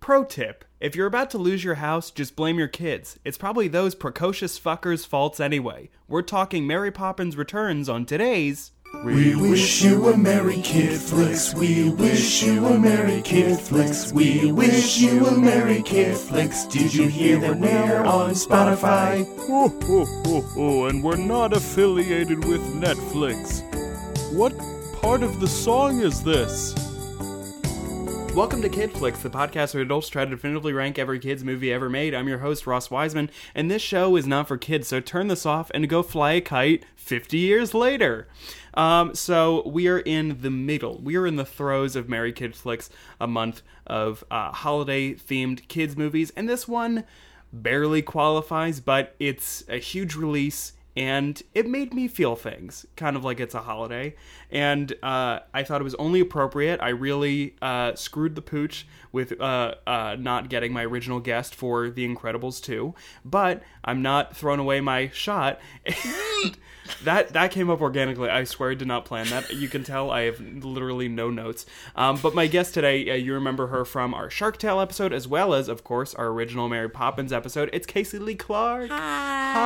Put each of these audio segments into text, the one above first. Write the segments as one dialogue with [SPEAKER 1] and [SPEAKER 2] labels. [SPEAKER 1] Pro tip if you're about to lose your house, just blame your kids. It's probably those precocious fuckers' faults anyway. We're talking Mary Poppins Returns on today's.
[SPEAKER 2] We wish you a Merry Kid Flicks. We wish you a Merry Kid Flicks. We wish you a Merry Kid Flicks. Did you hear that we're on Spotify?
[SPEAKER 3] Oh, oh, oh, oh, and we're not affiliated with Netflix. What part of the song is this?
[SPEAKER 1] Welcome to Kid Flicks, the podcast where adults try to definitively rank every kid's movie ever made. I'm your host, Ross Wiseman, and this show is not for kids, so turn this off and go fly a kite 50 years later. Um, so we are in the middle. We are in the throes of Merry Kid Flicks, a month of uh, holiday themed kids' movies, and this one barely qualifies, but it's a huge release and it made me feel things kind of like it's a holiday and uh, i thought it was only appropriate i really uh, screwed the pooch with uh, uh, not getting my original guest for the incredibles 2 but i'm not throwing away my shot and that that came up organically i swear i did not plan that you can tell i have literally no notes um, but my guest today uh, you remember her from our shark tale episode as well as of course our original mary poppins episode it's casey lee clark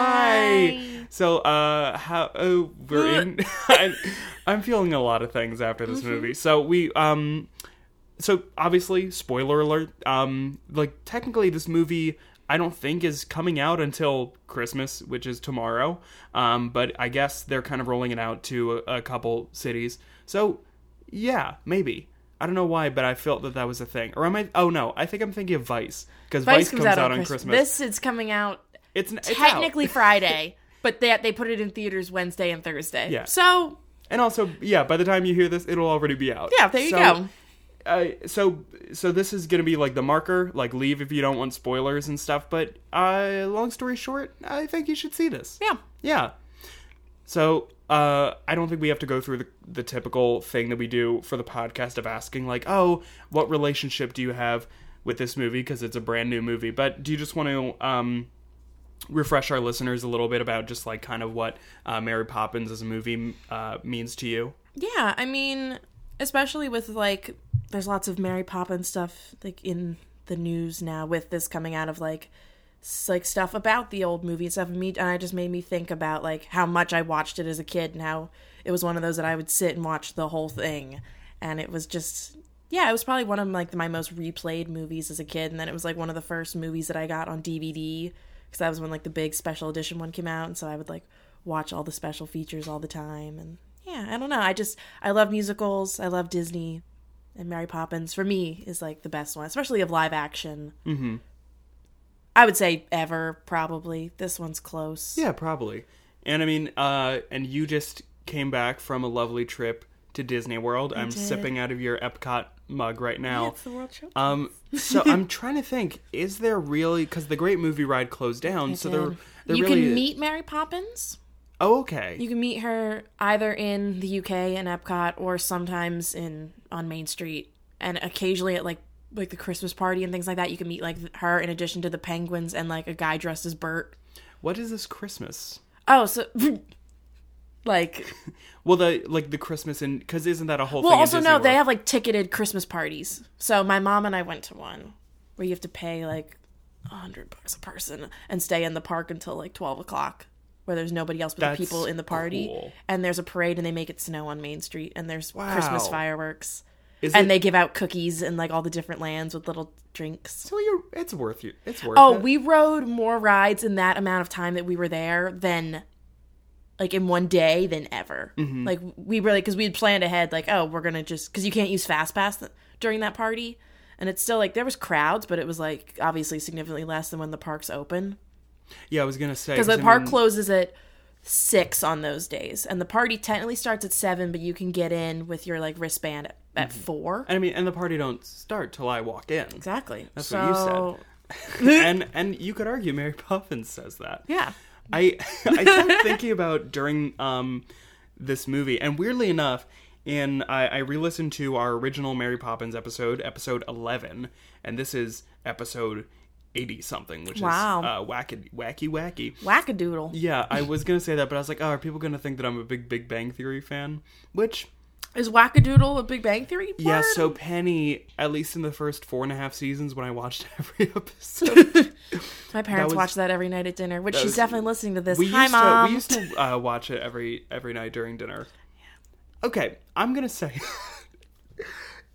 [SPEAKER 1] Hi. So, uh, how oh, we're in? I'm, I'm feeling a lot of things after this movie. So we, um, so obviously, spoiler alert. Um, like technically, this movie I don't think is coming out until Christmas, which is tomorrow. Um, but I guess they're kind of rolling it out to a, a couple cities. So, yeah, maybe. I don't know why, but I felt that that was a thing. Or am I? Oh no, I think I'm thinking of Vice because Vice, comes, out, on Christmas.
[SPEAKER 4] This is coming out
[SPEAKER 1] it's it's out.
[SPEAKER 4] technically Friday, but they they put it in theaters Wednesday and Thursday.
[SPEAKER 1] Yeah.
[SPEAKER 4] So
[SPEAKER 1] And also, yeah, by the time you hear this, it'll already be out.
[SPEAKER 4] Yeah, there you
[SPEAKER 1] So,
[SPEAKER 4] go.
[SPEAKER 1] Uh, so, so this is gonna be like the marker, like leave if you don't want spoilers and stuff. But uh, long story short, I think you should see this.
[SPEAKER 4] Yeah.
[SPEAKER 1] Yeah. So uh, I don't think we have to go through the, the typical thing that we do for the podcast of asking, like, oh, what relationship do you have with this movie because it's a brand new movie? But do you just want to um, refresh our listeners a little bit about just like kind of what uh, Mary Poppins as a movie uh, means to you?
[SPEAKER 4] Yeah, I mean, especially with like, there's lots of Mary Poppins stuff like in the news now with this coming out of like, s- like stuff about the old movie and stuff. And me, and I just made me think about like how much I watched it as a kid and how it was one of those that I would sit and watch the whole thing, and it was just. Yeah, it was probably one of like my most replayed movies as a kid, and then it was like one of the first movies that I got on DVD because that was when like the big special edition one came out, and so I would like watch all the special features all the time, and yeah, I don't know. I just I love musicals. I love Disney and Mary Poppins for me is like the best one, especially of live action. Mm-hmm. I would say ever probably. This one's close.
[SPEAKER 1] Yeah, probably. And I mean, uh, and you just came back from a lovely trip to Disney World. I'm sipping out of your Epcot mug right now.
[SPEAKER 4] It's the world show.
[SPEAKER 1] Um, so I'm trying to think: is there really? Because the Great Movie Ride closed down, so there, there
[SPEAKER 4] you
[SPEAKER 1] really.
[SPEAKER 4] can meet Mary Poppins.
[SPEAKER 1] oh, okay.
[SPEAKER 4] You can meet her either in the UK in Epcot or sometimes in on Main Street and occasionally at like like the Christmas party and things like that. You can meet like her in addition to the penguins and like a guy dressed as Bert.
[SPEAKER 1] what is this Christmas?
[SPEAKER 4] Oh, so like
[SPEAKER 1] Well, the like the Christmas and because isn't that a whole
[SPEAKER 4] Well,
[SPEAKER 1] thing? at
[SPEAKER 4] also
[SPEAKER 1] Disney
[SPEAKER 4] no, they
[SPEAKER 1] World?
[SPEAKER 4] have like ticketed Christmas parties. So my mom and I went to one where you have to pay like a hundred bucks a person and stay in the park until like twelve o'clock, where there's nobody else but
[SPEAKER 1] That's
[SPEAKER 4] the people in the party.
[SPEAKER 1] cool.
[SPEAKER 4] And there's a parade, and they make it snow on Main Street, and there's Christmas
[SPEAKER 1] Wow.
[SPEAKER 4] fireworks,
[SPEAKER 1] Is
[SPEAKER 4] and
[SPEAKER 1] it-
[SPEAKER 4] they give out cookies and like all the different lands with little drinks.
[SPEAKER 1] So you're, it's worth you. It's worth.
[SPEAKER 4] Oh,
[SPEAKER 1] it.
[SPEAKER 4] we rode more rides in that amount of time that we were there than like in one day than ever.
[SPEAKER 1] Mm-hmm.
[SPEAKER 4] Like we really because we had planned ahead like oh we're gonna just because you can't use fast pass th- during that party and it's still like there was crowds but it was like obviously significantly less than when the parks open
[SPEAKER 1] yeah, I was gonna say
[SPEAKER 4] because the
[SPEAKER 1] I
[SPEAKER 4] park
[SPEAKER 1] mean,
[SPEAKER 4] closes at six on those days and the party technically starts at seven but you can get in with your like wristband at, at four
[SPEAKER 1] I mean, Mm-hmm. and the party don't start till I walk in.
[SPEAKER 4] exactly that's
[SPEAKER 1] what you said. and and you could argue Mary Poppins says that.
[SPEAKER 4] yeah
[SPEAKER 1] I I kept thinking about during um this movie, and weirdly enough, in I, I re-listened to our original Mary Poppins episode, episode eleven, and this is episode eighty something, which
[SPEAKER 4] Wow.
[SPEAKER 1] is uh, wacky, wacky, wacky.
[SPEAKER 4] wackadoodle
[SPEAKER 1] Yeah, I was gonna say that, but I was like, oh, are people gonna think that I'm a big Big Bang Theory fan? Which
[SPEAKER 4] Is Wackadoodle a Big Bang Theory? Part?
[SPEAKER 1] Yeah, so Penny, at least in the first four and a half seasons when I watched every episode,
[SPEAKER 4] my parents
[SPEAKER 1] was-
[SPEAKER 4] watch that every night at dinner, which she's
[SPEAKER 1] was-
[SPEAKER 4] definitely listening to this.
[SPEAKER 1] we
[SPEAKER 4] Hi,
[SPEAKER 1] used
[SPEAKER 4] mom.
[SPEAKER 1] to we used to uh, watch it every every night during dinner. Okay, I'm gonna say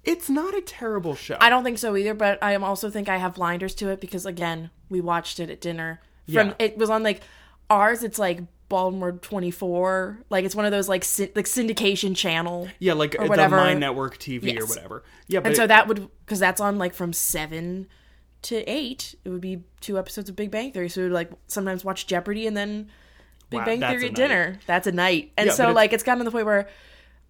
[SPEAKER 1] it's not a terrible show.
[SPEAKER 4] I don't think so either, but I am also think I have blinders to it because again, we watched it at dinner. From
[SPEAKER 1] Yeah.
[SPEAKER 4] it was on like ours. It's like Baltimore twenty four. Like it's one of those like sy- like syndication channel.
[SPEAKER 1] yeah, like the
[SPEAKER 4] whatever.
[SPEAKER 1] My Network TV or
[SPEAKER 4] Yes.
[SPEAKER 1] whatever. Yeah, but
[SPEAKER 4] And so
[SPEAKER 1] it-
[SPEAKER 4] that would because that's on like from seven to eight. It would be two episodes of Big Bang Theory. So we would like sometimes watch Jeopardy and then Big
[SPEAKER 1] Wow,
[SPEAKER 4] Bang
[SPEAKER 1] that's
[SPEAKER 4] Theory
[SPEAKER 1] a
[SPEAKER 4] at
[SPEAKER 1] night.
[SPEAKER 4] dinner. That's a night. And
[SPEAKER 1] Yeah,
[SPEAKER 4] so
[SPEAKER 1] but it's-
[SPEAKER 4] like it's gotten to the point where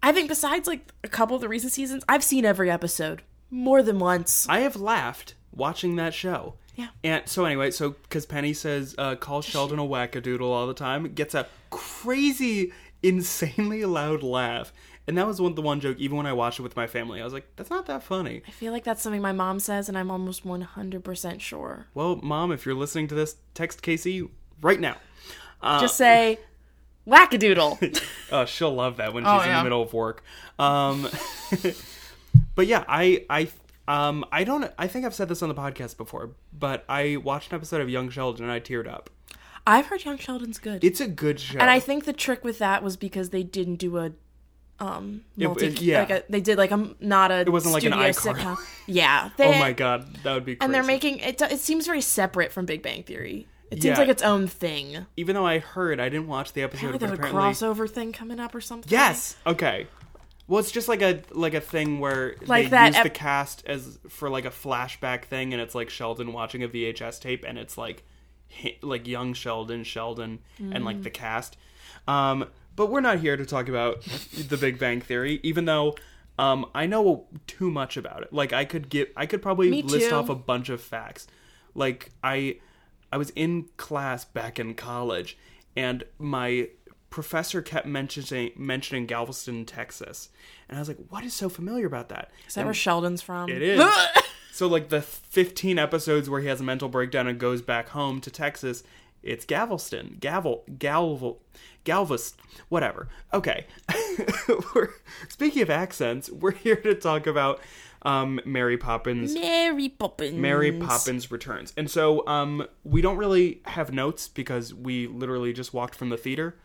[SPEAKER 4] I think besides like a couple of the recent seasons, I've seen every episode more than once.
[SPEAKER 1] I have laughed watching that show.
[SPEAKER 4] Yeah.
[SPEAKER 1] And so anyway, so because Penny says, uh, "Call Sheldon a wackadoodle" all the time, it gets a crazy, insanely loud laugh, and that was one the one joke. Even when I watched it with my family, I was like, "That's not that funny."
[SPEAKER 4] I feel like that's something my mom says, and I'm almost 100% sure.
[SPEAKER 1] Well, mom, if you're listening to this, text Casey right now. Uh,
[SPEAKER 4] Just say, wackadoodle.
[SPEAKER 1] Oh, she'll love that when she's in
[SPEAKER 4] yeah.
[SPEAKER 1] the middle of work. Um, but yeah, I, I, um, I don't. I think I've said this on the podcast before, but I watched an episode of Young Sheldon and I teared up.
[SPEAKER 4] I've heard Young Sheldon's good.
[SPEAKER 1] It's a good show.
[SPEAKER 4] and I think the trick with that was because they didn't do a um multi
[SPEAKER 1] it- yeah.
[SPEAKER 4] like a, they did like a not a it
[SPEAKER 1] wasn't like an iCarly.
[SPEAKER 4] sitcom. Yeah. They,
[SPEAKER 1] oh my god, that would be. Crazy.
[SPEAKER 4] And they're making it do- it seems very separate from Big Bang Theory. It seems
[SPEAKER 1] Yeah.
[SPEAKER 4] like its own thing.
[SPEAKER 1] Even though I heard, I didn't watch the episode,
[SPEAKER 4] Like
[SPEAKER 1] but
[SPEAKER 4] there's a
[SPEAKER 1] apparently,
[SPEAKER 4] crossover thing coming up or something.
[SPEAKER 1] yes, okay. Well, it's just like a like a thing where
[SPEAKER 4] Like
[SPEAKER 1] they
[SPEAKER 4] that
[SPEAKER 1] use
[SPEAKER 4] ep-
[SPEAKER 1] the cast as for like a flashback thing, and it's like Sheldon watching a VHS tape, and it's like hi- like young Sheldon, Sheldon, and
[SPEAKER 4] Mm.
[SPEAKER 1] like the cast. Um, but we're not here to talk about the Big Bang Theory, even though um, I know too much about it. Like I could get, I could probably
[SPEAKER 4] Me
[SPEAKER 1] list
[SPEAKER 4] too.
[SPEAKER 1] off a bunch of facts. Like I, I was in class back in college, and my professor kept mentioning mentioning Galveston, Texas, and I was like, "What is so familiar about that?"
[SPEAKER 4] Is that where Sheldon's from?
[SPEAKER 1] It is. so like the 15 episodes where he has a mental breakdown and goes back home to Texas, it's Galveston, Gavel, Galvel, Galvest, whatever. Okay. we're, speaking of accents, we're here to talk about um, Mary Poppins.
[SPEAKER 4] Mary Poppins.
[SPEAKER 1] Mary Poppins returns, and so um, we don't really have notes because we literally just walked from the theater.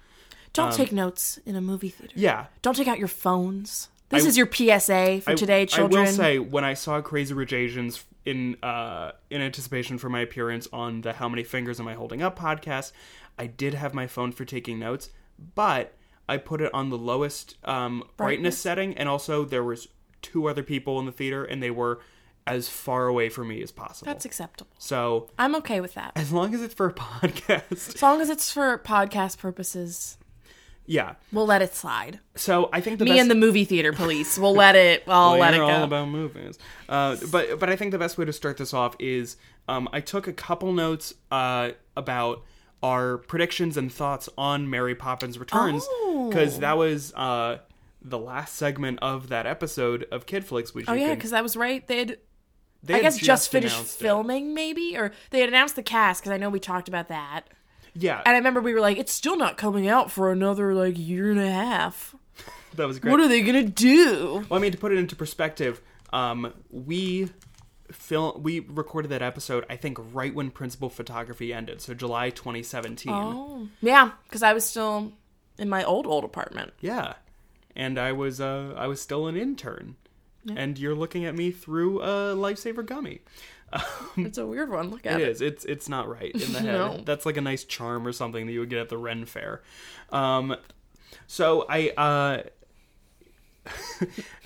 [SPEAKER 4] Don't take notes in a movie theater.
[SPEAKER 1] um, Yeah,
[SPEAKER 4] Don't take out your phones. This is your PSA for
[SPEAKER 1] I-
[SPEAKER 4] today,
[SPEAKER 1] I
[SPEAKER 4] children.
[SPEAKER 1] will say, when I saw Crazy Rich Asians in uh, in anticipation for my appearance on the How Many Fingers Am I Holding Up podcast, I did have my phone for taking notes, but I put it on the lowest um, brightness? setting, and also there was two other people in the theater, and they were as far away from me as possible.
[SPEAKER 4] that's acceptable.
[SPEAKER 1] so
[SPEAKER 4] I'm okay with that.
[SPEAKER 1] as long as it's for a podcast,
[SPEAKER 4] As long as it's for podcast purposes,
[SPEAKER 1] yeah.
[SPEAKER 4] we'll let it slide.
[SPEAKER 1] So I think the
[SPEAKER 4] Me
[SPEAKER 1] best-
[SPEAKER 4] and the movie theater police. We'll let it. I'll
[SPEAKER 1] Well,
[SPEAKER 4] let it
[SPEAKER 1] you're
[SPEAKER 4] go.
[SPEAKER 1] all about movies. Uh, but but I think the best way to start this off is um, I took a couple notes uh, about our predictions and thoughts on Mary Poppins Returns
[SPEAKER 4] Oh.
[SPEAKER 1] because that was uh, the last segment of that episode of Kid Flicks, which
[SPEAKER 4] oh
[SPEAKER 1] you
[SPEAKER 4] yeah,
[SPEAKER 1] can-
[SPEAKER 4] because that was right. They had,
[SPEAKER 1] they
[SPEAKER 4] I
[SPEAKER 1] had
[SPEAKER 4] guess, just, finished
[SPEAKER 1] announced it.
[SPEAKER 4] filming, maybe, or they had announced the cast. Because I know we talked about that,
[SPEAKER 1] Yeah,
[SPEAKER 4] and I remember we were like, "It's still not coming out for another like year and a half.
[SPEAKER 1] that was great.
[SPEAKER 4] What are they gonna do?"
[SPEAKER 1] Well, I mean, to put it into perspective, um, we film we recorded that episode I think right when principal photography ended, so July 2017.
[SPEAKER 4] Oh, yeah, because I was still in my old old apartment.
[SPEAKER 1] Yeah. And I was uh I was still an intern. And you're looking at me through a lifesaver gummy.
[SPEAKER 4] It's a weird one. Look at
[SPEAKER 1] It
[SPEAKER 4] it.
[SPEAKER 1] is. It's it's not right in the head.
[SPEAKER 4] No.
[SPEAKER 1] That's like a nice charm or something that you would get at the Ren Fair. Um so I uh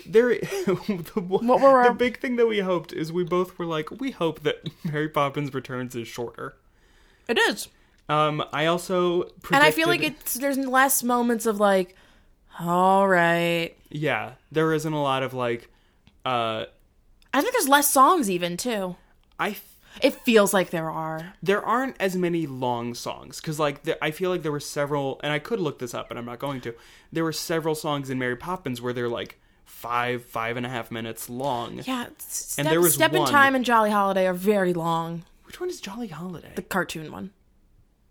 [SPEAKER 1] there the, one-
[SPEAKER 4] What were
[SPEAKER 1] the
[SPEAKER 4] our-
[SPEAKER 1] big thing that we hoped is we both were like we hope that Mary Poppins returns is shorter.
[SPEAKER 4] It is.
[SPEAKER 1] Um I also predicted,
[SPEAKER 4] and I feel like it's there's less moments of like, all right.
[SPEAKER 1] yeah, there isn't a lot of like uh
[SPEAKER 4] I think there's less songs even too.
[SPEAKER 1] I
[SPEAKER 4] It feels like there are.
[SPEAKER 1] there aren't as many long songs because like there, i feel like there were several and i could look this up but i'm not going to there were several songs in mary poppins where they're like five five and a half minutes long
[SPEAKER 4] Yeah, s-
[SPEAKER 1] And
[SPEAKER 4] Step,
[SPEAKER 1] there was
[SPEAKER 4] Step in
[SPEAKER 1] one-
[SPEAKER 4] Time and Jolly Holiday are very long.
[SPEAKER 1] which one is jolly holiday
[SPEAKER 4] The cartoon one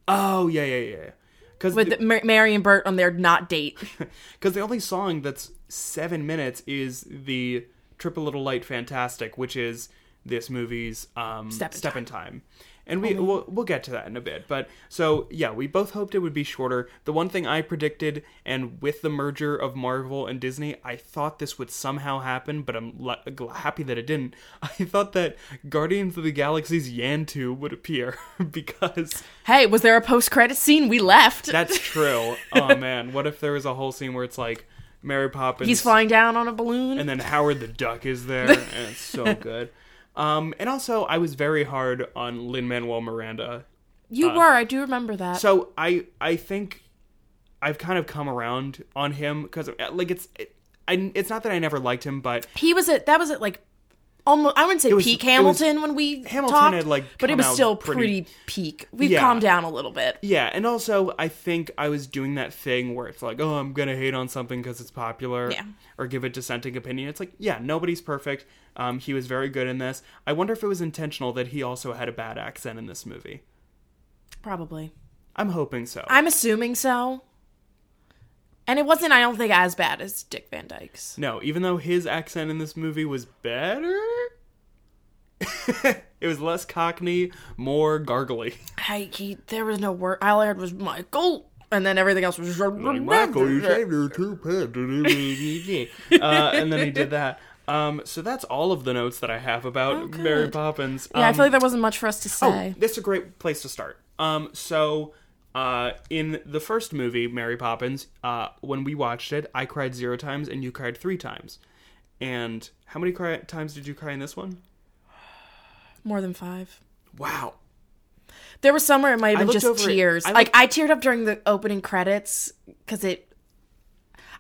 [SPEAKER 1] oh yeah yeah yeah because
[SPEAKER 4] with Mar- Mary and Bert on their not date.
[SPEAKER 1] because the only song that's seven minutes is the Triple Little Light Fantastic, which is this movie's um,
[SPEAKER 4] Step in Oh,
[SPEAKER 1] in Time. And we we'll, we'll get to that in a bit, but so yeah, we both hoped it would be shorter. The one thing I predicted, and with the merger of Marvel and Disney, I thought this would somehow happen, but I'm le- gl- happy that it didn't. I thought that Guardians of the Galaxy's Yantu would appear because
[SPEAKER 4] Hey, was there a post credit scene? We left.
[SPEAKER 1] that's true. oh man, what if there was a whole scene where it's like Mary Poppins?
[SPEAKER 4] He's flying down on a balloon.
[SPEAKER 1] and then Howard the Duck is there, and it's so good. Um, and also, I was very hard on Lin Manuel Miranda.
[SPEAKER 4] you were. I do remember that.
[SPEAKER 1] uh, So I, I think I've kind of come around on him because, like, it's, it, I, it's not that I never liked him, but
[SPEAKER 4] he was at that was at like almost I wouldn't say
[SPEAKER 1] was-
[SPEAKER 4] peak
[SPEAKER 1] it was-
[SPEAKER 4] Hamilton when we
[SPEAKER 1] Hamilton
[SPEAKER 4] talked,
[SPEAKER 1] had, like,
[SPEAKER 4] but it
[SPEAKER 1] come
[SPEAKER 4] was
[SPEAKER 1] out
[SPEAKER 4] still
[SPEAKER 1] pretty-
[SPEAKER 4] pretty, peak. We've
[SPEAKER 1] Yeah.
[SPEAKER 4] calmed down a little bit.
[SPEAKER 1] yeah. And also, I think I was doing that thing where it's like, oh, I'm gonna hate on something because it's popular,
[SPEAKER 4] Yeah.
[SPEAKER 1] or give a dissenting opinion. It's like, yeah, nobody's perfect. Um, he was very good in this. I wonder if it was intentional that he also had a bad accent in this movie.
[SPEAKER 4] Probably.
[SPEAKER 1] I'm hoping so.
[SPEAKER 4] I'm assuming so. And it wasn't I don't think as bad as Dick Van Dyke's.
[SPEAKER 1] No, even though his accent in this movie was better, it was less cockney, more gargly.
[SPEAKER 4] I he there was no word all I heard was Michael and then everything else was
[SPEAKER 1] your two uh, and then he did that. Um, so that's all of the notes that I have about
[SPEAKER 4] Oh, good.
[SPEAKER 1] Mary Poppins.
[SPEAKER 4] Yeah, I
[SPEAKER 1] Um, oh.
[SPEAKER 4] feel like there wasn't much for us to say.
[SPEAKER 1] this is a great place to start. Um, so, uh, in the first movie, Mary Poppins, uh, when we watched it, I cried zero times and you cried three times. And how many cry- times did you cry in this one?
[SPEAKER 4] More than five.
[SPEAKER 1] Wow,
[SPEAKER 4] There was somewhere it might have
[SPEAKER 1] I
[SPEAKER 4] been
[SPEAKER 1] looked
[SPEAKER 4] just
[SPEAKER 1] over it.
[SPEAKER 4] tears.
[SPEAKER 1] I
[SPEAKER 4] like I teared up during the opening credits because it.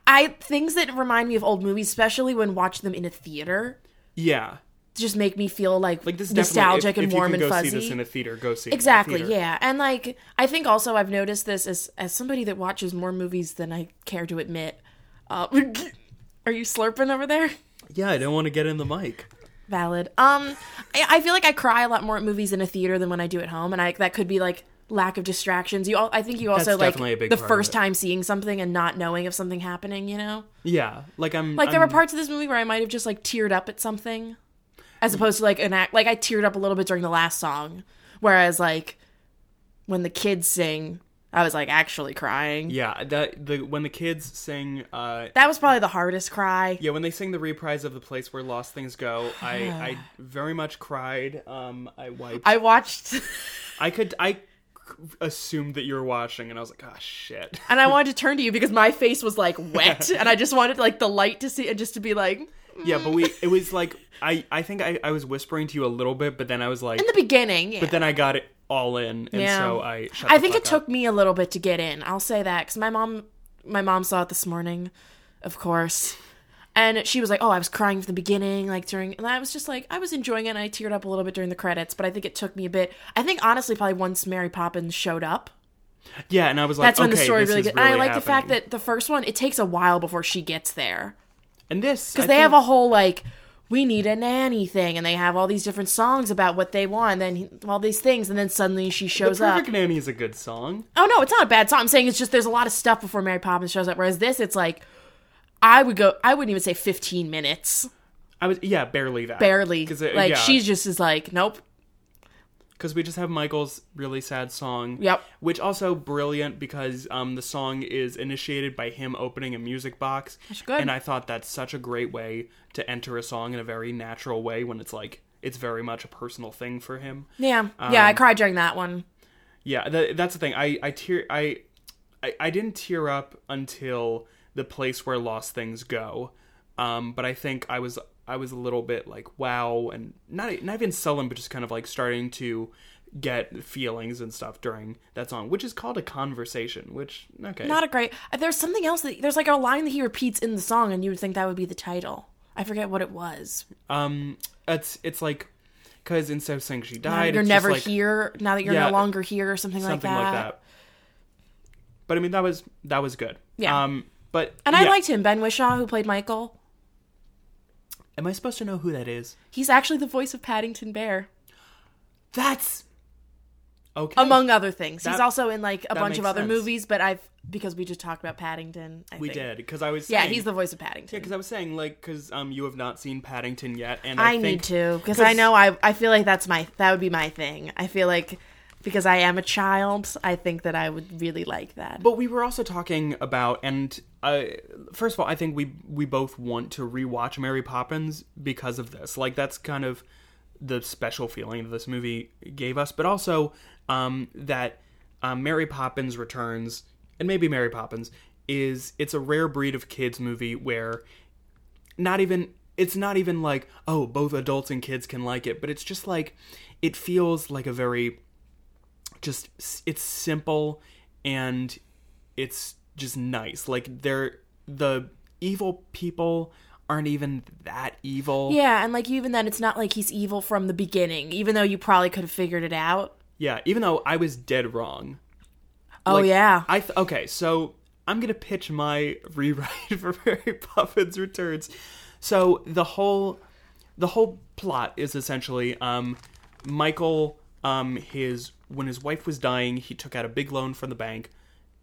[SPEAKER 4] I things that remind me of old movies, especially when watching them in a theater,
[SPEAKER 1] yeah.
[SPEAKER 4] just make me feel like,
[SPEAKER 1] Like this is
[SPEAKER 4] nostalgic
[SPEAKER 1] definitely, if,
[SPEAKER 4] and
[SPEAKER 1] if
[SPEAKER 4] warm
[SPEAKER 1] you
[SPEAKER 4] and
[SPEAKER 1] can go
[SPEAKER 4] fuzzy.
[SPEAKER 1] see this in a theater, go see it in a
[SPEAKER 4] exactly,
[SPEAKER 1] theater.
[SPEAKER 4] yeah. And like I think also I've noticed this as as somebody that watches more movies than I care to admit. Uh, are you slurping over there?
[SPEAKER 1] yeah. I don't want to get in the mic.
[SPEAKER 4] Valid. Um, I, I feel like I cry a lot more at movies in a theater than when I do at home, and I that could be like lack of distractions. You all, I think you also
[SPEAKER 1] That's
[SPEAKER 4] like
[SPEAKER 1] definitely a big
[SPEAKER 4] the
[SPEAKER 1] part of
[SPEAKER 4] first
[SPEAKER 1] it.
[SPEAKER 4] time seeing something and not knowing of something happening. You know,
[SPEAKER 1] Yeah, like I'm
[SPEAKER 4] like there were
[SPEAKER 1] I'm-
[SPEAKER 4] parts of this movie where I might have just like teared up at something, as opposed to like an act. Like I teared up a little bit during the last song, whereas like when the kids sing, I was like actually crying.
[SPEAKER 1] yeah that the when the kids sing uh
[SPEAKER 4] That was probably the hardest cry.
[SPEAKER 1] yeah when they sing the reprise of the place where lost things go I I very much cried um I wiped I,
[SPEAKER 4] I watched.
[SPEAKER 1] could I assumed that you were watching and I was like ah shit
[SPEAKER 4] and I wanted to turn to you because my face was like wet, and I just wanted like the light to see and just to be like in
[SPEAKER 1] yeah but we it was like I I think I I was whispering to you a little bit but then I was like
[SPEAKER 4] the beginning. Yeah.
[SPEAKER 1] but then I got it all in and
[SPEAKER 4] Yeah.
[SPEAKER 1] so I shut
[SPEAKER 4] I
[SPEAKER 1] the
[SPEAKER 4] think
[SPEAKER 1] fuck
[SPEAKER 4] it
[SPEAKER 1] up.
[SPEAKER 4] took me a little bit to get in. I'll say that because my mom, my mom saw it this morning, of course, and she was like, "Oh, I was crying from the beginning, like during." And I was just like, I was enjoying it. and I teared up a little bit during the credits, but I think it took me a bit. I think honestly, probably once Mary Poppins showed up,
[SPEAKER 1] yeah and I was like
[SPEAKER 4] that's when the
[SPEAKER 1] okay,
[SPEAKER 4] story
[SPEAKER 1] this
[SPEAKER 4] really.
[SPEAKER 1] is
[SPEAKER 4] Good. and I like the
[SPEAKER 1] happening.
[SPEAKER 4] fact that the first one, it takes a while before she gets there.
[SPEAKER 1] and this
[SPEAKER 4] because they have a whole like we need a nanny thing and they have all these different songs about what they want and then he- all these things and then suddenly she shows
[SPEAKER 1] The
[SPEAKER 4] up
[SPEAKER 1] Perfect Nanny is a good song.
[SPEAKER 4] oh no it's not a bad song i'm saying it's just there's a lot of stuff before mary poppins shows up whereas this it's like i would go i wouldn't even say 15 minutes
[SPEAKER 1] I was yeah, barely that.
[SPEAKER 4] barely
[SPEAKER 1] it-
[SPEAKER 4] like
[SPEAKER 1] yeah,
[SPEAKER 4] she just is like nope
[SPEAKER 1] because we just have Michael's really sad song.
[SPEAKER 4] Yep.
[SPEAKER 1] Which also brilliant because um the song is initiated by him opening a music box. That's
[SPEAKER 4] good.
[SPEAKER 1] And I thought that's such a great way to enter a song in a very natural way when it's like it's very much a personal thing for him.
[SPEAKER 4] yeah yeah i
[SPEAKER 1] Um,
[SPEAKER 4] cried during that one
[SPEAKER 1] Yeah, tha that's the thing. I I tear I, I I didn't tear up until the place where lost things go, um, but I think I was I was a little bit like wow, and not not even sullen, but just kind of like starting to get feelings and stuff during that song, which is called a conversation. Which okay,
[SPEAKER 4] not a great uh, there's something else that there's like a line that he repeats in the song and you would think that would be the title i forget what it was
[SPEAKER 1] um, it's it's like because in so saying she died,
[SPEAKER 4] you're
[SPEAKER 1] it's just
[SPEAKER 4] never
[SPEAKER 1] like
[SPEAKER 4] here now that you're
[SPEAKER 1] Yeah,
[SPEAKER 4] no longer here or something,
[SPEAKER 1] something like that. But I mean that was that was good.
[SPEAKER 4] Yeah.
[SPEAKER 1] Um, but
[SPEAKER 4] And I
[SPEAKER 1] yeah.
[SPEAKER 4] liked him, Ben Wishaw, who played Michael.
[SPEAKER 1] Am I supposed to know who that is?
[SPEAKER 4] He's actually the voice of Paddington Bear.
[SPEAKER 1] That's Okay.
[SPEAKER 4] among other things. He's
[SPEAKER 1] That-
[SPEAKER 4] also in like a bunch of
[SPEAKER 1] makes
[SPEAKER 4] other
[SPEAKER 1] sense.
[SPEAKER 4] movies, but I've because we just talked about Paddington. I
[SPEAKER 1] we
[SPEAKER 4] think.
[SPEAKER 1] did because I was
[SPEAKER 4] Yeah,
[SPEAKER 1] saying-
[SPEAKER 4] he's the voice of Paddington.
[SPEAKER 1] yeah because I was saying like because um you have not seen Paddington yet and I,
[SPEAKER 4] I, need
[SPEAKER 1] think-
[SPEAKER 4] to because I know I I feel like that's my that would be my thing. I feel like because I am a child, I think that I would really like that.
[SPEAKER 1] But we were also talking about, and uh, first of all, I think we we both want to rewatch Mary Poppins because of this. Like that's kind of the special feeling that this movie gave us, but also um, that um, Mary Poppins returns, and maybe Mary Poppins is it's a rare breed of kids movie where not even it's not even like oh both adults and kids can like it, but it's just like it feels like a very just it's simple and it's just nice like they're the evil people aren't even that evil
[SPEAKER 4] yeah, and like even then, it's not like he's evil from the beginning, even though you probably could have figured it out.
[SPEAKER 1] Yeah, even though i was dead wrong
[SPEAKER 4] Oh
[SPEAKER 1] Like,
[SPEAKER 4] yeah,
[SPEAKER 1] i th- okay so i'm gonna pitch my rewrite for mary poppins returns so the whole the whole plot is essentially um michael um his when his wife was dying he took out a big loan from the bank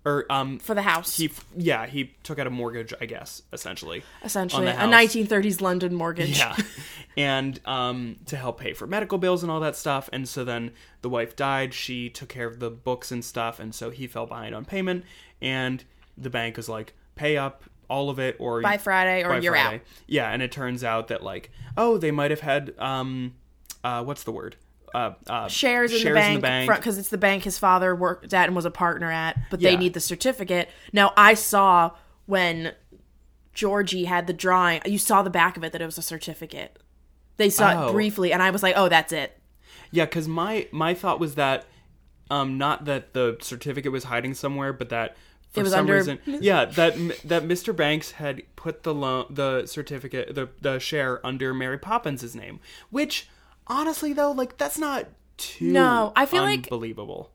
[SPEAKER 1] or um
[SPEAKER 4] for the house
[SPEAKER 1] he yeah he took out a mortgage i guess essentially
[SPEAKER 4] essentially
[SPEAKER 1] on
[SPEAKER 4] a
[SPEAKER 1] the house.
[SPEAKER 4] 1930s London mortgage.
[SPEAKER 1] yeah and um to help pay for medical bills and all that stuff and so then the wife died she took care of the books and stuff and so he fell behind on payment and the bank is like pay up all of it or
[SPEAKER 4] By Friday or
[SPEAKER 1] by
[SPEAKER 4] you're
[SPEAKER 1] Friday.
[SPEAKER 4] out.
[SPEAKER 1] yeah and it turns out that like oh they might have had um uh what's the word uh, uh
[SPEAKER 4] shares in the bank because it's the bank his father worked at and was a partner at, but they
[SPEAKER 1] Yeah.
[SPEAKER 4] need the certificate. Now I saw when Georgie had the drawing, you saw the back of it that it was a certificate. They saw
[SPEAKER 1] Oh.
[SPEAKER 4] it briefly, and I was like, "Oh, that's it."
[SPEAKER 1] Yeah, because my my thought was that, um, not that the certificate was hiding somewhere, but that for
[SPEAKER 4] It was
[SPEAKER 1] some
[SPEAKER 4] under-
[SPEAKER 1] reason, yeah, that m- that Mr. Banks had put the loan, the certificate, the the share under Mary Poppins' name. Which, honestly, though, like that's not too
[SPEAKER 4] No, I feel like-
[SPEAKER 1] unbelievable.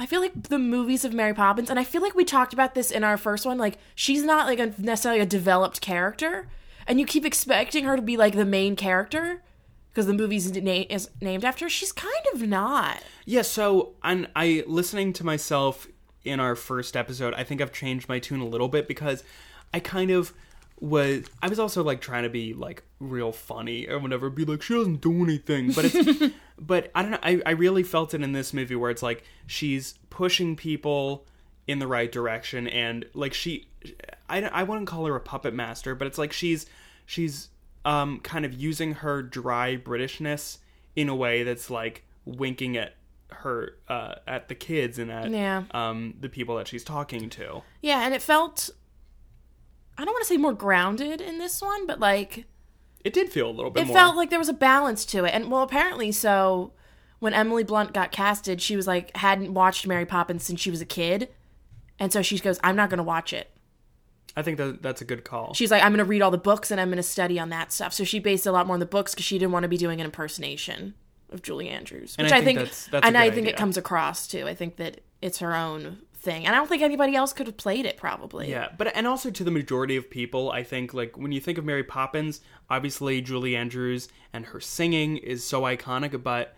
[SPEAKER 4] I feel like the movies of Mary Poppins, and I feel like we talked about this in our first one. Like she's not like a, necessarily a developed character, and you keep expecting her to be like the main character because the movie's na- is named after. her. She's kind of not.
[SPEAKER 1] Yeah, so and I listening to myself in our first episode, I think I've changed my tune a little bit because I kind of was I was also like trying to be like real funny or whatever, be like, she doesn't do anything. But it's but I don't know, I, I really felt it in this movie where it's like she's pushing people in the right direction and like she I, don't- I wouldn't call her a puppet master, but it's like she's she's um kind of using her dry Britishness in a way that's like winking at her uh, at the kids and at
[SPEAKER 4] Yeah.
[SPEAKER 1] um, the people that she's talking to.
[SPEAKER 4] Yeah, and it felt I don't want to say more grounded in this one, but like
[SPEAKER 1] It did feel a little bit
[SPEAKER 4] it
[SPEAKER 1] more.
[SPEAKER 4] felt like there was a balance to it. And well, apparently so when Emily Blunt got casted, she was like hadn't watched Mary Poppins since she was a kid. And so she goes, "I'm not going to watch it."
[SPEAKER 1] I think that that's a good call.
[SPEAKER 4] She's like, "I'm going to read all the books and I'm going to study on that stuff." So she based a lot more on the books cuz she didn't want to be doing an impersonation of Julie Andrews,
[SPEAKER 1] And
[SPEAKER 4] which
[SPEAKER 1] I
[SPEAKER 4] I
[SPEAKER 1] think
[SPEAKER 4] think,
[SPEAKER 1] that's- that's a
[SPEAKER 4] and I
[SPEAKER 1] good
[SPEAKER 4] think
[SPEAKER 1] idea.
[SPEAKER 4] it comes across too. I think that it's her own thing. And I don't think anybody else could have played it probably.
[SPEAKER 1] yeah, but and also to the majority of people, I think like when you think of Mary Poppins, obviously Julie Andrews and her singing is so iconic, but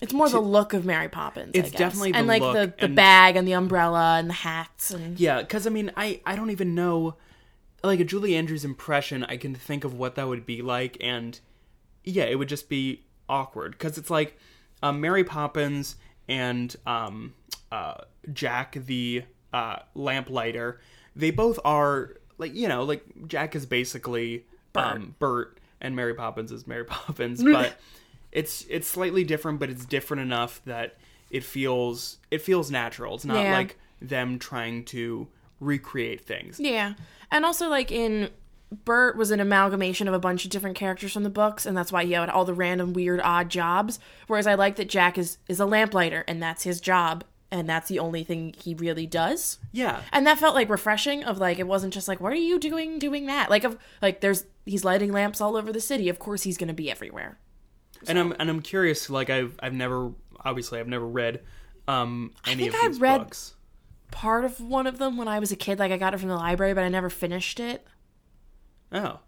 [SPEAKER 4] It's more the look of Mary Poppins. I
[SPEAKER 1] It's
[SPEAKER 4] guess.
[SPEAKER 1] definitely the
[SPEAKER 4] and like
[SPEAKER 1] look
[SPEAKER 4] the, the
[SPEAKER 1] and-
[SPEAKER 4] bag and the umbrella and the hats and
[SPEAKER 1] Yeah, because I mean, I I don't even know, like a Julie Andrews impression. I can think of what that would be like, and yeah, it would just be awkward because it's like um, Mary Poppins and um, uh, Jack the uh, lamplighter. They both are like you know, like Jack is basically um, Bert, and Mary Poppins is Mary Poppins, but it's it's slightly different, but it's different enough that it feels it feels natural. It's not
[SPEAKER 4] Yeah.
[SPEAKER 1] like them trying to recreate things.
[SPEAKER 4] yeah, and also like in Bert was an amalgamation of a bunch of different characters from the books, and that's why he had all the random weird odd jobs. Whereas I like that Jack is is a lamplighter, and that's his job, and that's the only thing he really does.
[SPEAKER 1] Yeah.
[SPEAKER 4] And that felt like refreshing. Of like, it wasn't just like, what are you doing doing that? Like, of like, there's he's lighting lamps all over the city. Of course, he's gonna be everywhere.
[SPEAKER 1] And I'm and I'm curious like I've I've never obviously I've never read um any
[SPEAKER 4] think
[SPEAKER 1] of
[SPEAKER 4] I
[SPEAKER 1] these
[SPEAKER 4] read-
[SPEAKER 1] books.
[SPEAKER 4] Part of one of them when I was a kid, like I got it from the library, but I never finished it.
[SPEAKER 1] Oh.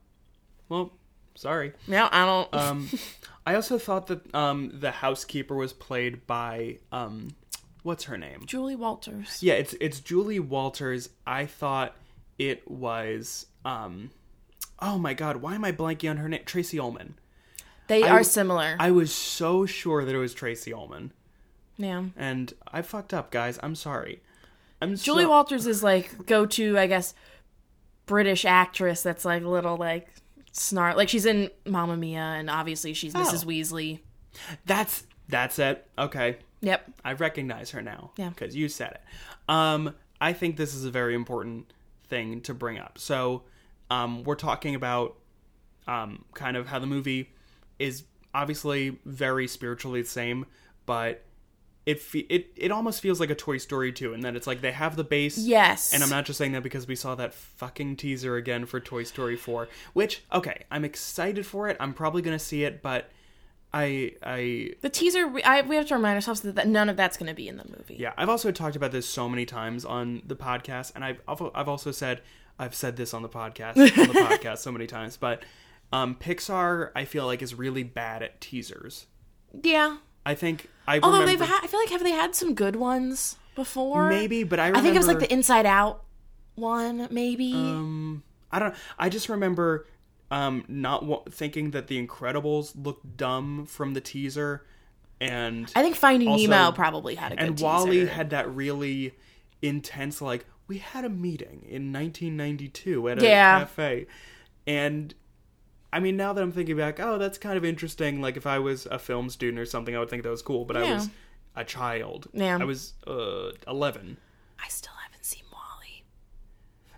[SPEAKER 1] Well, sorry.
[SPEAKER 4] No, I don't.
[SPEAKER 1] Um I also thought that um the housekeeper was played by um what's her name?
[SPEAKER 4] Julie Walters.
[SPEAKER 1] Yeah, it's it's Julie Walters. I thought it was um oh my god, why am I blanking on her name? Tracy Ullman.
[SPEAKER 4] They
[SPEAKER 1] I-
[SPEAKER 4] are similar.
[SPEAKER 1] I was so sure that it was Tracy Ullman.
[SPEAKER 4] yeah.
[SPEAKER 1] And I fucked up, guys. I'm sorry. I'm
[SPEAKER 4] Julie
[SPEAKER 1] so-
[SPEAKER 4] Walters is like go to, I guess, British actress that's like little like snark. Like she's in Mamma Mia, and obviously
[SPEAKER 1] Oh.
[SPEAKER 4] she's Mrs. Weasley.
[SPEAKER 1] That's that's it. Okay.
[SPEAKER 4] Yep.
[SPEAKER 1] I recognize her now.
[SPEAKER 4] Yeah.
[SPEAKER 1] Because you said it. Um, I think this is a very important thing to bring up. So, um, we're talking about um, kind of how the movie is obviously very spiritually the same, but it fe- it it almost feels like a Toy Story 2, and that it's like they have the base.
[SPEAKER 4] Yes.
[SPEAKER 1] And I'm not just saying that because we saw that fucking teaser again for Toy Story 4, which okay, I'm excited for it. I'm probably gonna see it, but I I
[SPEAKER 4] The teaser. We, I, we have to remind ourselves that, that none of that's going to be in the movie.
[SPEAKER 1] Yeah, I've also talked about this so many times on the podcast, and I've also, I've also said I've said this on the podcast on the podcast so many times, but um, Pixar I feel like is really bad at teasers.
[SPEAKER 4] Yeah.
[SPEAKER 1] I think I
[SPEAKER 4] Although
[SPEAKER 1] remember
[SPEAKER 4] they've, had, I feel like have they had some good ones before?
[SPEAKER 1] maybe, but I remember Um,
[SPEAKER 4] I think it was like the Inside Out one, maybe.
[SPEAKER 1] I don't. I just remember um, not wa- thinking that the Incredibles looked dumb from the teaser, and
[SPEAKER 4] I think Finding
[SPEAKER 1] also-
[SPEAKER 4] Nemo probably had a good
[SPEAKER 1] and
[SPEAKER 4] teaser.
[SPEAKER 1] Wally had that really intense like we had a meeting in 1992 at a
[SPEAKER 4] Yeah.
[SPEAKER 1] cafe and I mean now that I'm thinking back oh that's kind of interesting like if I was a film student or something I would think that was cool but I
[SPEAKER 4] Yeah.
[SPEAKER 1] was a child
[SPEAKER 4] Yeah.
[SPEAKER 1] I was uh 11
[SPEAKER 4] I still haven't seen Wally.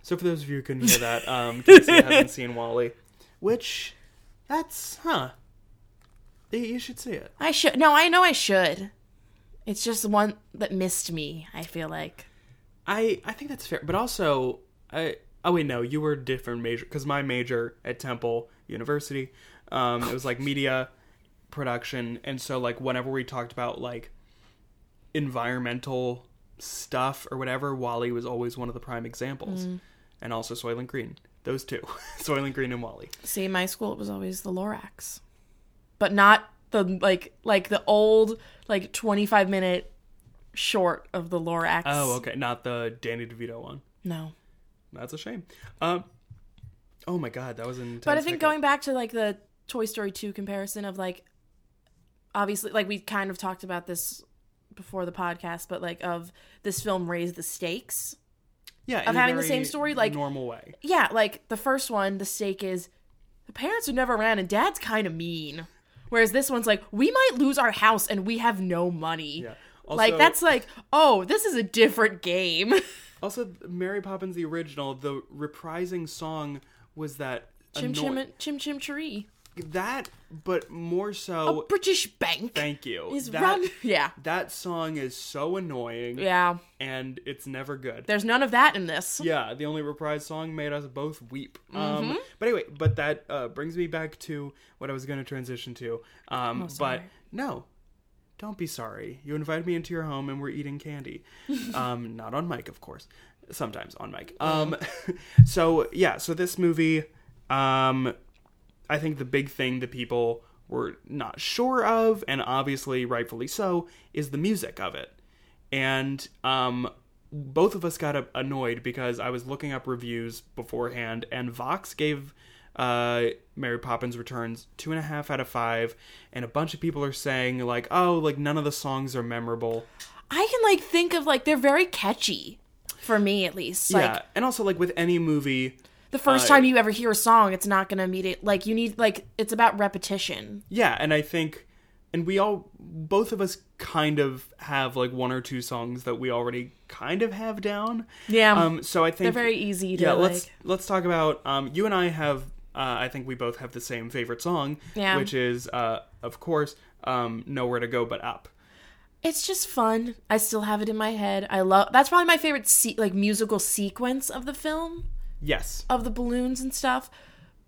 [SPEAKER 1] so for those of you who couldn't hear that um Casey hasn't seen Wally which that's huh you you should see it
[SPEAKER 4] I should. No, I know I should. It's just one that missed me. I feel like.
[SPEAKER 1] I I think that's fair, but also I oh wait no, you were a different major because my major at Temple University, um, it was like media production, and so like whenever we talked about like environmental stuff or whatever, Wally was always one of the prime examples,
[SPEAKER 4] Mm.
[SPEAKER 1] and also Soylent Green, those two, Soylent Green and Wally.
[SPEAKER 4] See, my school it was always the Lorax, but not the like like the old like twenty five minute short of the Lorax.
[SPEAKER 1] Oh okay, not the Danny DeVito one.
[SPEAKER 4] no.
[SPEAKER 1] That's a shame. Um, oh my god, that was an.
[SPEAKER 4] But I
[SPEAKER 1] intense
[SPEAKER 4] think
[SPEAKER 1] hiccup.
[SPEAKER 4] going back to like the Toy Story 2 comparison of like obviously like we kind of talked about this before the podcast but like of this film raised the stakes.
[SPEAKER 1] yeah in
[SPEAKER 4] of
[SPEAKER 1] a
[SPEAKER 4] having the
[SPEAKER 1] very
[SPEAKER 4] same story, like-
[SPEAKER 1] normal way.
[SPEAKER 4] Yeah, like the first one the stake is the parents are never around and dad's kind of mean. Whereas this one's like we might lose our house and we have no money.
[SPEAKER 1] Yeah.
[SPEAKER 4] like
[SPEAKER 1] Also-
[SPEAKER 4] that's like oh this is a different game.
[SPEAKER 1] Also, Mary Poppins the original, the reprising song was that
[SPEAKER 4] chim chim
[SPEAKER 1] anno-
[SPEAKER 4] chim chim chiree.
[SPEAKER 1] that, but more so.
[SPEAKER 4] British bank
[SPEAKER 1] thank you.
[SPEAKER 4] Oh, is
[SPEAKER 1] that,
[SPEAKER 4] run. Yeah.
[SPEAKER 1] that song is so annoying,
[SPEAKER 4] Yeah.
[SPEAKER 1] and it's never good.
[SPEAKER 4] There's none of that in this.
[SPEAKER 1] yeah, the only reprised song made us both weep. Um, but anyway, but that uh, brings me back to what I was going to transition to. Um, but no, don't be sorry. You invited me into your home and we're eating candy. um, not on mic, of course. Sometimes on mic. Um, so yeah, so this movie, um, I think the big thing that people were not sure of, and obviously rightfully so, is the music of it. And um, both of us got a- annoyed because I was looking up reviews beforehand, and Vox gave uh, Mary Poppins Returns two and a half out of five, and a bunch of people are saying like, "Oh, like none of the songs are memorable."
[SPEAKER 4] I can like think of like they're very catchy for me at least. Like
[SPEAKER 1] yeah, and also like with any movie,
[SPEAKER 4] the first time you ever hear a song, it's not gonna immediate like you need like it's about repetition.
[SPEAKER 1] Yeah, and I think, and we all, both of us kind of have like one or two songs that we already kind of have down.
[SPEAKER 4] Yeah.
[SPEAKER 1] Um. So I think
[SPEAKER 4] They're very easy to
[SPEAKER 1] yeah.
[SPEAKER 4] like
[SPEAKER 1] Let's let's talk about. Um. You and I have. Uh, I think we both have the same favorite song.
[SPEAKER 4] Yeah.
[SPEAKER 1] Which is, uh, of course, um, nowhere to go but up.
[SPEAKER 4] it's just fun. I still have it in my head. I love that's probably my favorite se- like musical sequence of the film
[SPEAKER 1] Yes.
[SPEAKER 4] of the balloons and stuff.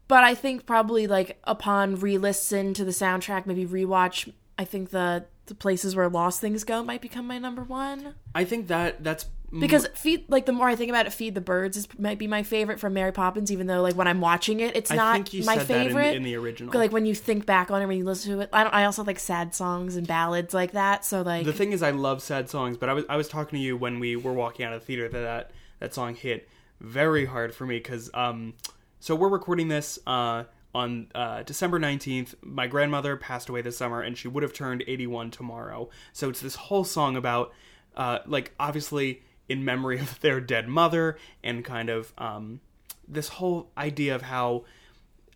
[SPEAKER 4] But I think probably like upon re-listen to the soundtrack, maybe rewatch. I think the the places where lost things go might become my number one.
[SPEAKER 1] I think that that's
[SPEAKER 4] because feed like the more I think about it, feed the birds is might be my favorite from Mary Poppins. Even though like when I'm watching it, it's
[SPEAKER 1] I
[SPEAKER 4] not
[SPEAKER 1] think you
[SPEAKER 4] my
[SPEAKER 1] said that in the-
[SPEAKER 4] favorite
[SPEAKER 1] in the original.
[SPEAKER 4] But, Like when you think back on it, when you listen to it, I don't. I also like sad songs and ballads like that. So like
[SPEAKER 1] The thing is, I love sad songs, but I was I was talking to you when we were walking out of the theater that that, that song hit very hard for me because um, so we're recording this uh on uh December nineteenth. My grandmother passed away this summer, and she would have turned eighty one tomorrow. So it's this whole song about uh like obviously in memory of their dead mother and kind of um this whole idea of how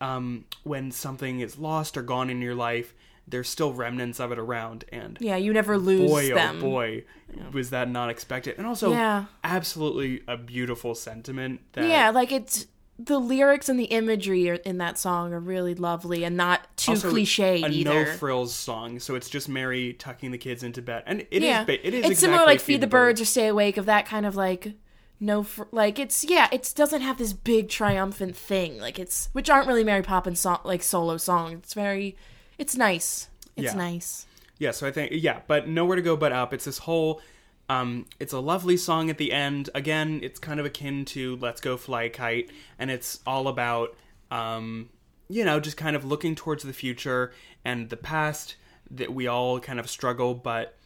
[SPEAKER 1] um when something is lost or gone in your life there's still remnants of it around and
[SPEAKER 4] yeah, you never lose
[SPEAKER 1] boy
[SPEAKER 4] them.
[SPEAKER 1] oh boy was that not expected and also
[SPEAKER 4] Yeah.
[SPEAKER 1] absolutely a beautiful sentiment that
[SPEAKER 4] Yeah, like it's the lyrics and the imagery are- in that song are really lovely and not too
[SPEAKER 1] also
[SPEAKER 4] cliche
[SPEAKER 1] a no
[SPEAKER 4] either.
[SPEAKER 1] frills song so it's just mary tucking the kids into bed and it is
[SPEAKER 4] yeah,
[SPEAKER 1] ba- it is
[SPEAKER 4] it's similar
[SPEAKER 1] exactly
[SPEAKER 4] like feed the birds or stay awake of that kind of like no fr- like it's yeah it doesn't have this big triumphant thing like it's which aren't really Mary Poppins song like solo songs. It's very it's nice. It's
[SPEAKER 1] Yeah.
[SPEAKER 4] nice.
[SPEAKER 1] Yeah, so I think yeah, but nowhere to go but up. It's this whole um it's a lovely song at the end. Again, it's kind of akin to Let's Go Fly a Kite and it's all about um you know, just kind of looking towards the future and the past that we all kind of struggle but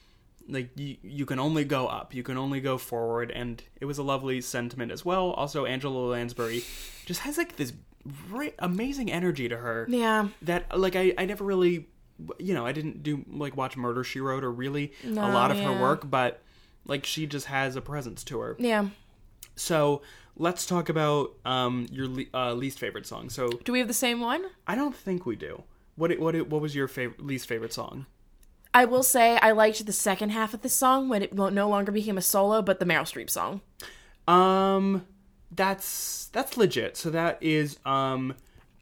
[SPEAKER 1] like you, you can only go up you can only go forward and it was a lovely sentiment as well also angela lansbury just has like this ri amazing energy to her
[SPEAKER 4] Yeah.
[SPEAKER 1] that like I, I never really you know i didn't do like watch murder she wrote or really a
[SPEAKER 4] No,
[SPEAKER 1] lot of her
[SPEAKER 4] yeah.
[SPEAKER 1] work but like she just has a presence to her
[SPEAKER 4] Yeah.
[SPEAKER 1] so let's talk about um your le- uh, least favorite song so
[SPEAKER 4] Do we have the same one?
[SPEAKER 1] i don't think we do what it, what it, what was your favorite least favorite song
[SPEAKER 4] I will say I liked the second half of this song when it lo- no longer became a solo, but the Meryl Streep song.
[SPEAKER 1] um that's that's legit so that is um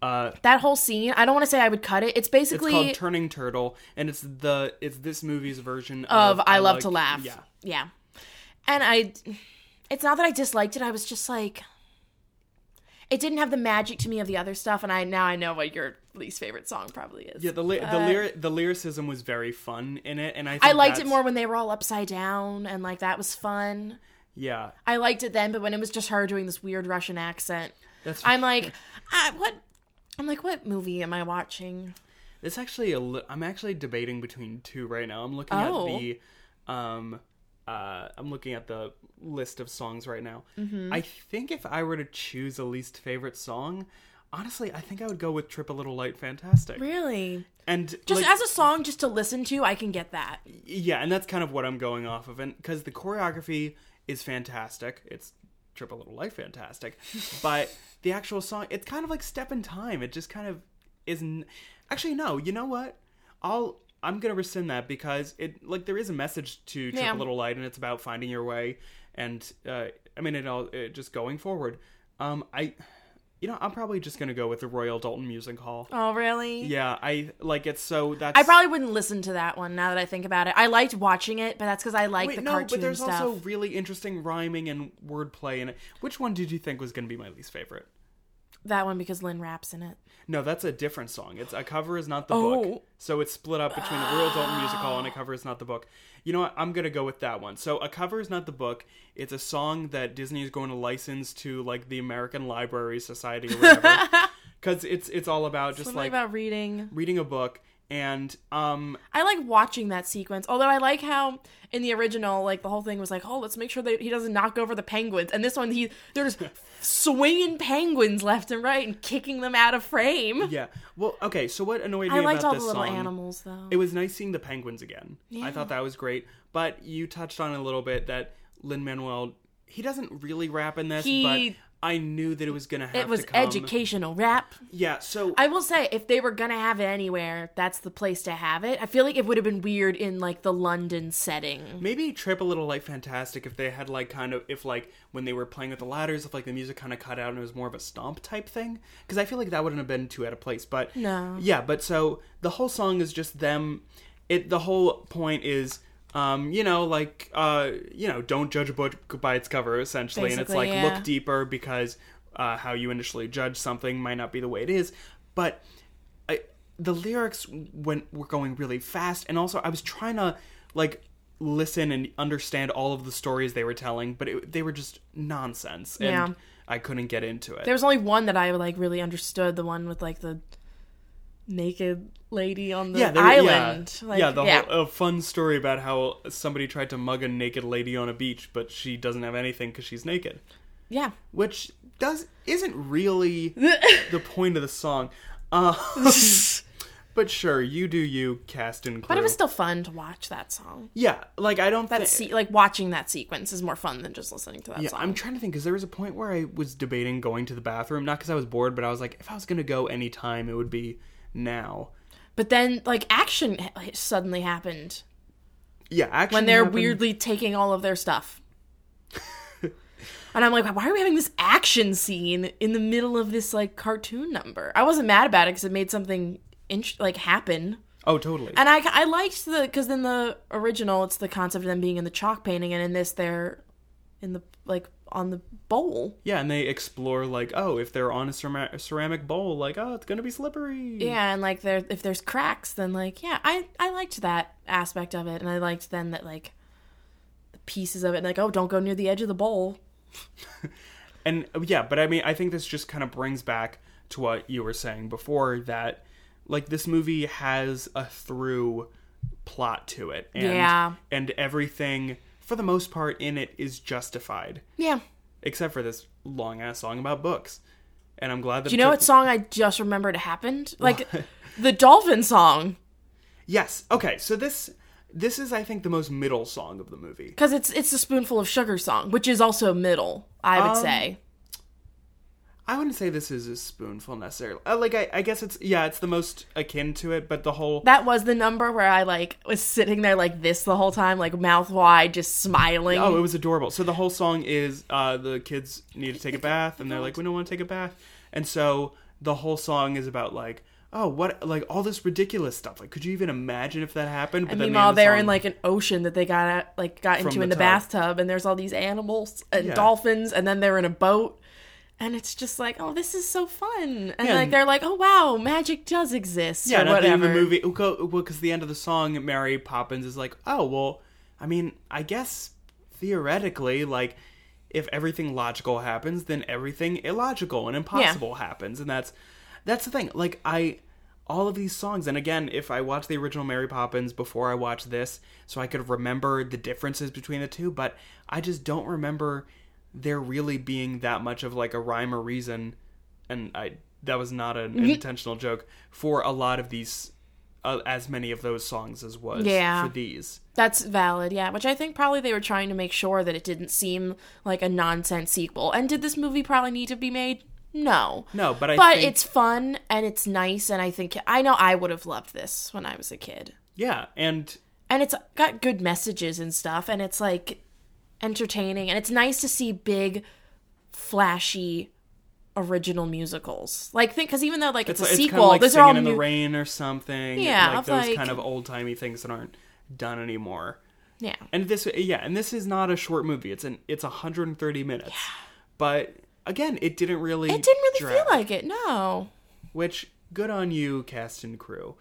[SPEAKER 1] uh
[SPEAKER 4] That whole scene, I don't want to say I would cut it. It's
[SPEAKER 1] it's
[SPEAKER 4] basically
[SPEAKER 1] called turning turtle and it's the it's this movie's version of,
[SPEAKER 4] of I, love
[SPEAKER 1] Like-
[SPEAKER 4] to laugh.
[SPEAKER 1] yeah
[SPEAKER 4] Yeah. And I it's not that I disliked it, I was just like it didn't have the magic to me of the other stuff and I now I know what your least favorite song probably is.
[SPEAKER 1] Yeah, the ly- the, lyri- the lyricism was very fun in it, and I think
[SPEAKER 4] Uh, I liked it
[SPEAKER 1] that's-
[SPEAKER 4] more when they were all upside down and like that was fun.
[SPEAKER 1] Yeah,
[SPEAKER 4] I liked it then, but when it was just her doing this weird Russian accent,
[SPEAKER 1] that's
[SPEAKER 4] I'm like, I, what? I'm like, what movie am I watching?
[SPEAKER 1] it's actually a. Li- I'm actually debating between two right now. I'm looking
[SPEAKER 4] Oh.
[SPEAKER 1] at the, um, uh, I'm looking at the list of songs right now.
[SPEAKER 4] Mm-hmm.
[SPEAKER 1] I think if I were to choose a least favorite song, honestly, I think I would go with "Trip a Little Light Fantastic."
[SPEAKER 4] Really?
[SPEAKER 1] And
[SPEAKER 4] Just
[SPEAKER 1] like,
[SPEAKER 4] as a song, just to listen to, I can get that.
[SPEAKER 1] yeah, and that's kind of what I'm going off of, and because the choreography is fantastic, it's triple little life fantastic, but the actual song, it's kind of like step in time. It just kind of isn't. Actually, no. You know what? I'll I'm gonna rescind that because it like there is a message to triple
[SPEAKER 4] Yeah.
[SPEAKER 1] little light, and it's about finding your way, and uh, I mean it all it, just going forward. Um, I. You know, I'm probably just gonna go with the Royal Dalton Music Hall.
[SPEAKER 4] Oh, really?
[SPEAKER 1] Yeah, I like it's so that's
[SPEAKER 4] I probably wouldn't listen to that one now that I think about it. I liked watching it, but that's because I like
[SPEAKER 1] Wait,
[SPEAKER 4] the
[SPEAKER 1] no,
[SPEAKER 4] cartoon
[SPEAKER 1] but there's
[SPEAKER 4] stuff.
[SPEAKER 1] also really interesting rhyming and wordplay in it. Which one did you think was going to be my least favorite?
[SPEAKER 4] That one because Lynn raps in it.
[SPEAKER 1] No, that's a different song. It's a cover is not the book.
[SPEAKER 4] Oh.
[SPEAKER 1] So it's split up between the Royal Dalton Music Hall and a cover is not the book. You know what? I'm gonna go with that one. So a cover is not the book. It's a song that Disney is going to license to like the American Library Society or whatever, because it's it's all about just
[SPEAKER 4] Something
[SPEAKER 1] like
[SPEAKER 4] about reading.
[SPEAKER 1] reading a book. And um,
[SPEAKER 4] I like watching that sequence. Although I like how in the original, like the whole thing was like, oh, let's make sure that he doesn't knock over the penguins. And this one, he they're just swinging penguins left and right and kicking them out of frame.
[SPEAKER 1] yeah, well, okay. So what annoyed me
[SPEAKER 4] I liked
[SPEAKER 1] about
[SPEAKER 4] all the
[SPEAKER 1] this
[SPEAKER 4] little
[SPEAKER 1] song?
[SPEAKER 4] animals though.
[SPEAKER 1] It was nice seeing the Penguins again. I thought that was great. But you touched on it a little bit that Lin Manuel he doesn't really rap in this,
[SPEAKER 4] He-
[SPEAKER 1] but I knew that it was gonna have
[SPEAKER 4] It was
[SPEAKER 1] to come.
[SPEAKER 4] educational rap.
[SPEAKER 1] Yeah, so
[SPEAKER 4] I will say, if they were gonna have it anywhere, that's the place to have it. I feel like it would have been weird in like the London setting.
[SPEAKER 1] maybe Trip a Little Light Fantastic if they had like kind of if like when they were playing with the ladders, if like the music kinda cut out and it was more of a stomp type thing. Because I feel like that wouldn't have been too out of place. But
[SPEAKER 4] No.
[SPEAKER 1] Yeah, but so the whole song is just them. It the whole point is, um, you know, like uh, you know, don't judge a book by its cover, essentially, and it's
[SPEAKER 4] Basically,
[SPEAKER 1] like
[SPEAKER 4] yeah.
[SPEAKER 1] look deeper because uh, how you initially judge something might not be the way it is. But I, the lyrics went were going really fast, and also I was trying to like listen and understand all of the stories they were telling, but it, they were just nonsense, and
[SPEAKER 4] Yeah.
[SPEAKER 1] I couldn't get into it.
[SPEAKER 4] There was only one that I like really understood, the one with like the naked lady on the
[SPEAKER 1] yeah, there,
[SPEAKER 4] island.
[SPEAKER 1] Yeah,
[SPEAKER 4] Like,
[SPEAKER 1] yeah, the Whole, uh, a fun story about how somebody tried to mug a naked lady on a beach, but she doesn't have anything because she's naked,
[SPEAKER 4] yeah.
[SPEAKER 1] which does isn't really the point of the song. Uh, but sure, you do you, cast and crew.
[SPEAKER 4] But it was still fun to watch that song.
[SPEAKER 1] yeah, like I don't
[SPEAKER 4] That
[SPEAKER 1] think
[SPEAKER 4] se- like watching that sequence is more fun than just listening to that
[SPEAKER 1] Yeah,
[SPEAKER 4] song.
[SPEAKER 1] I'm trying to think because there was a point where I was debating going to the bathroom, not because I was bored, but I was like, if I was gonna go anytime, it would be now.
[SPEAKER 4] But then like action h- suddenly happened
[SPEAKER 1] Yeah, actually,
[SPEAKER 4] when they're weirdly taking all of their stuff. and I'm like, why are we having this action scene in the middle of this like cartoon number? I wasn't mad about it because it made something int- like happen.
[SPEAKER 1] Oh, totally.
[SPEAKER 4] And I, I liked the because in the original it's the concept of them being in the chalk painting, and in this they're in the like on the bowl.
[SPEAKER 1] yeah, and they explore like, oh, if they're on a ceramic, ceramic bowl, like, oh, it's gonna be slippery.
[SPEAKER 4] Yeah, and like there if there's cracks, then like yeah, I I liked that aspect of it, and I liked then that like the pieces of it, and like oh don't go near the edge of the bowl.
[SPEAKER 1] And oh, yeah, but I mean, I think this just kind of brings back to what you were saying before that, like, this movie has a through plot to it, and
[SPEAKER 4] Yeah.
[SPEAKER 1] and everything for the most part in it is justified.
[SPEAKER 4] Yeah,
[SPEAKER 1] except for this long ass song about books. And I'm glad that
[SPEAKER 4] do you
[SPEAKER 1] it
[SPEAKER 4] know
[SPEAKER 1] took-
[SPEAKER 4] what song I just remembered happened? Like the dolphin song.
[SPEAKER 1] Yes. Okay. So this this is I think the most middle song of the movie.
[SPEAKER 4] Because it's it's the spoonful of sugar song, which is also middle, I would say.
[SPEAKER 1] I wouldn't say this is a spoonful necessarily. Uh, like I, I guess it's yeah, it's the most akin to it, but the whole
[SPEAKER 4] That was the number where I like was sitting there like this the whole time, like mouth wide, just smiling.
[SPEAKER 1] Oh, it was adorable. So the whole song is uh, the kids need to take a bath, and they're like, "We don't want to take a bath," and so the whole song is about like, "Oh, what? Like all this ridiculous stuff. Like, could you even imagine if that happened?" But
[SPEAKER 4] and
[SPEAKER 1] then the
[SPEAKER 4] meanwhile,
[SPEAKER 1] end of the
[SPEAKER 4] they're in
[SPEAKER 1] song-
[SPEAKER 4] like an ocean that they got at, like got into
[SPEAKER 1] the
[SPEAKER 4] in the
[SPEAKER 1] tub.
[SPEAKER 4] bathtub, and there's all these animals and
[SPEAKER 1] Yeah.
[SPEAKER 4] dolphins, and then they're in a boat, and it's just like, oh, this is so fun, and
[SPEAKER 1] Yeah,
[SPEAKER 4] like
[SPEAKER 1] and-
[SPEAKER 4] they're like, oh wow, magic does exist,
[SPEAKER 1] Yeah,
[SPEAKER 4] or
[SPEAKER 1] and at the end
[SPEAKER 4] whatever.
[SPEAKER 1] of the movie, well, because the end of the song, Mary Poppins is like, "Oh, well, I mean, I guess theoretically, like, if everything logical happens, then everything illogical and impossible happens, and that's that's the thing. Like, I all of these songs, and again, if I watched the original Mary Poppins before I watched this, so I could remember the differences between the two, but I just don't remember there really being that much of like a rhyme or reason and I that was not an intentional joke for a lot of these, uh, as many of those songs as was
[SPEAKER 4] Yeah.
[SPEAKER 1] for these.
[SPEAKER 4] That's valid, yeah. Which I think probably they were trying to make sure that it didn't seem like a nonsense sequel. And did this movie probably need to be made? No.
[SPEAKER 1] No, but I
[SPEAKER 4] but
[SPEAKER 1] think-
[SPEAKER 4] it's fun and it's nice, and I think I know I would have loved this when I was a kid.
[SPEAKER 1] Yeah, and
[SPEAKER 4] And it's got good messages and stuff, and it's like entertaining, and it's nice to see big, flashy, original musicals. Like think because even though like it's,
[SPEAKER 1] it's,
[SPEAKER 4] a
[SPEAKER 1] it's kind
[SPEAKER 4] sequel,
[SPEAKER 1] of like
[SPEAKER 4] those
[SPEAKER 1] singing
[SPEAKER 4] are all
[SPEAKER 1] in the
[SPEAKER 4] mu-
[SPEAKER 1] rain or something.
[SPEAKER 4] Yeah,
[SPEAKER 1] like
[SPEAKER 4] of
[SPEAKER 1] those
[SPEAKER 4] like-
[SPEAKER 1] kind of old timey things that aren't done anymore.
[SPEAKER 4] yeah.
[SPEAKER 1] And this, yeah, and this is not a short movie. It's an it's 130 minutes, but again, it didn't really
[SPEAKER 4] It didn't really
[SPEAKER 1] drag.
[SPEAKER 4] feel like it. No.
[SPEAKER 1] which good on you cast and crew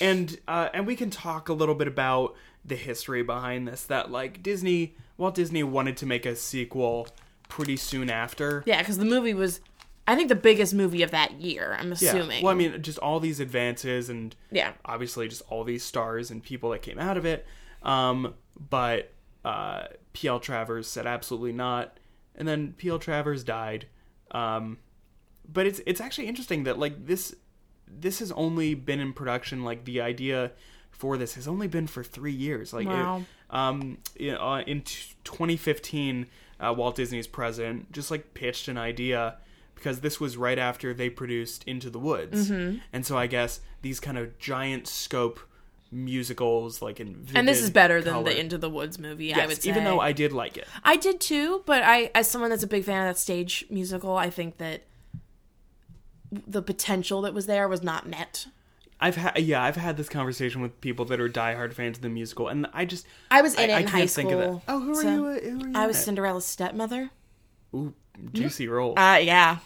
[SPEAKER 1] and uh, and we can talk a little bit about the history behind this that like disney walt disney wanted to make a sequel pretty soon after
[SPEAKER 4] Yeah, because the movie was, I think, the biggest movie of that year. I'm assuming.
[SPEAKER 1] well i mean just all these advances and
[SPEAKER 4] Yeah.
[SPEAKER 1] obviously just all these stars and people that came out of it um, but uh, pl travers said absolutely not and then pl travers died um, but it's it's actually interesting that like this this has only been in production like the idea for this has only been for three years like it-
[SPEAKER 4] Wow.
[SPEAKER 1] um, in, uh, in t- 2015 uh, walt disney's president just like pitched an idea because this was right after they produced into the woods
[SPEAKER 4] Mm-hmm.
[SPEAKER 1] and so i guess these kind of giant scope musicals like in
[SPEAKER 4] and this
[SPEAKER 1] vivid
[SPEAKER 4] is better than
[SPEAKER 1] color.
[SPEAKER 4] the Into the Woods movie. I
[SPEAKER 1] Yes,
[SPEAKER 4] would say,
[SPEAKER 1] even though i did like it
[SPEAKER 4] I did too, but I, as someone that's a big fan of that stage musical, I think that the potential that was there was not met.
[SPEAKER 1] I've had yeah, I've had this conversation with people that are diehard fans of the musical, and I just
[SPEAKER 4] I was in it
[SPEAKER 1] I
[SPEAKER 4] in
[SPEAKER 1] can't
[SPEAKER 4] high
[SPEAKER 1] think of it.
[SPEAKER 4] school.
[SPEAKER 1] Oh, who are
[SPEAKER 4] so
[SPEAKER 1] you? Who are you?
[SPEAKER 4] I
[SPEAKER 1] in
[SPEAKER 4] was
[SPEAKER 1] it?
[SPEAKER 4] Cinderella's stepmother.
[SPEAKER 1] Ooh, juicy role.
[SPEAKER 4] Uh, yeah,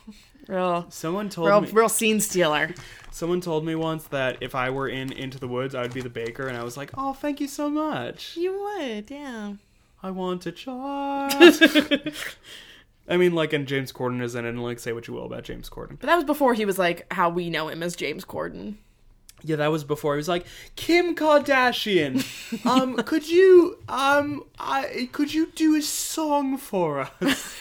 [SPEAKER 4] Real,
[SPEAKER 1] Someone told
[SPEAKER 4] real,
[SPEAKER 1] me
[SPEAKER 4] real scene stealer.
[SPEAKER 1] someone told me once that if I were in Into the Woods, I would be the baker, and I was like, "Oh, thank you so much.
[SPEAKER 4] You would, yeah.
[SPEAKER 1] I want a child." I mean, like, and James Corden is in it, and like, say what you will about James Corden.
[SPEAKER 4] But that was before he was like how we know him as James Corden.
[SPEAKER 1] Yeah, that was before. He was like, Kim Kardashian, um, could you, um, I, could you do a song for us?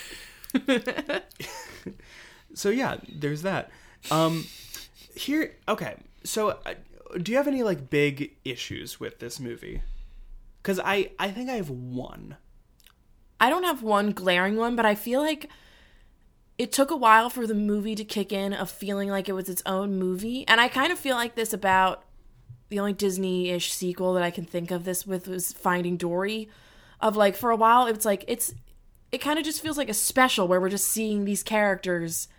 [SPEAKER 1] so yeah, there's that. Um, here, okay. So, uh, do you have any like big issues with this movie? Because I, I think I have one.
[SPEAKER 4] I don't have one glaring one, but I feel like it took a while for the movie to kick in of feeling like it was its own movie. And I kind of feel like this about the only Disney ish sequel that I can think of this with was Finding Dory. Of like for a while it's like it's it kind of just feels like a special where we're just seeing these characters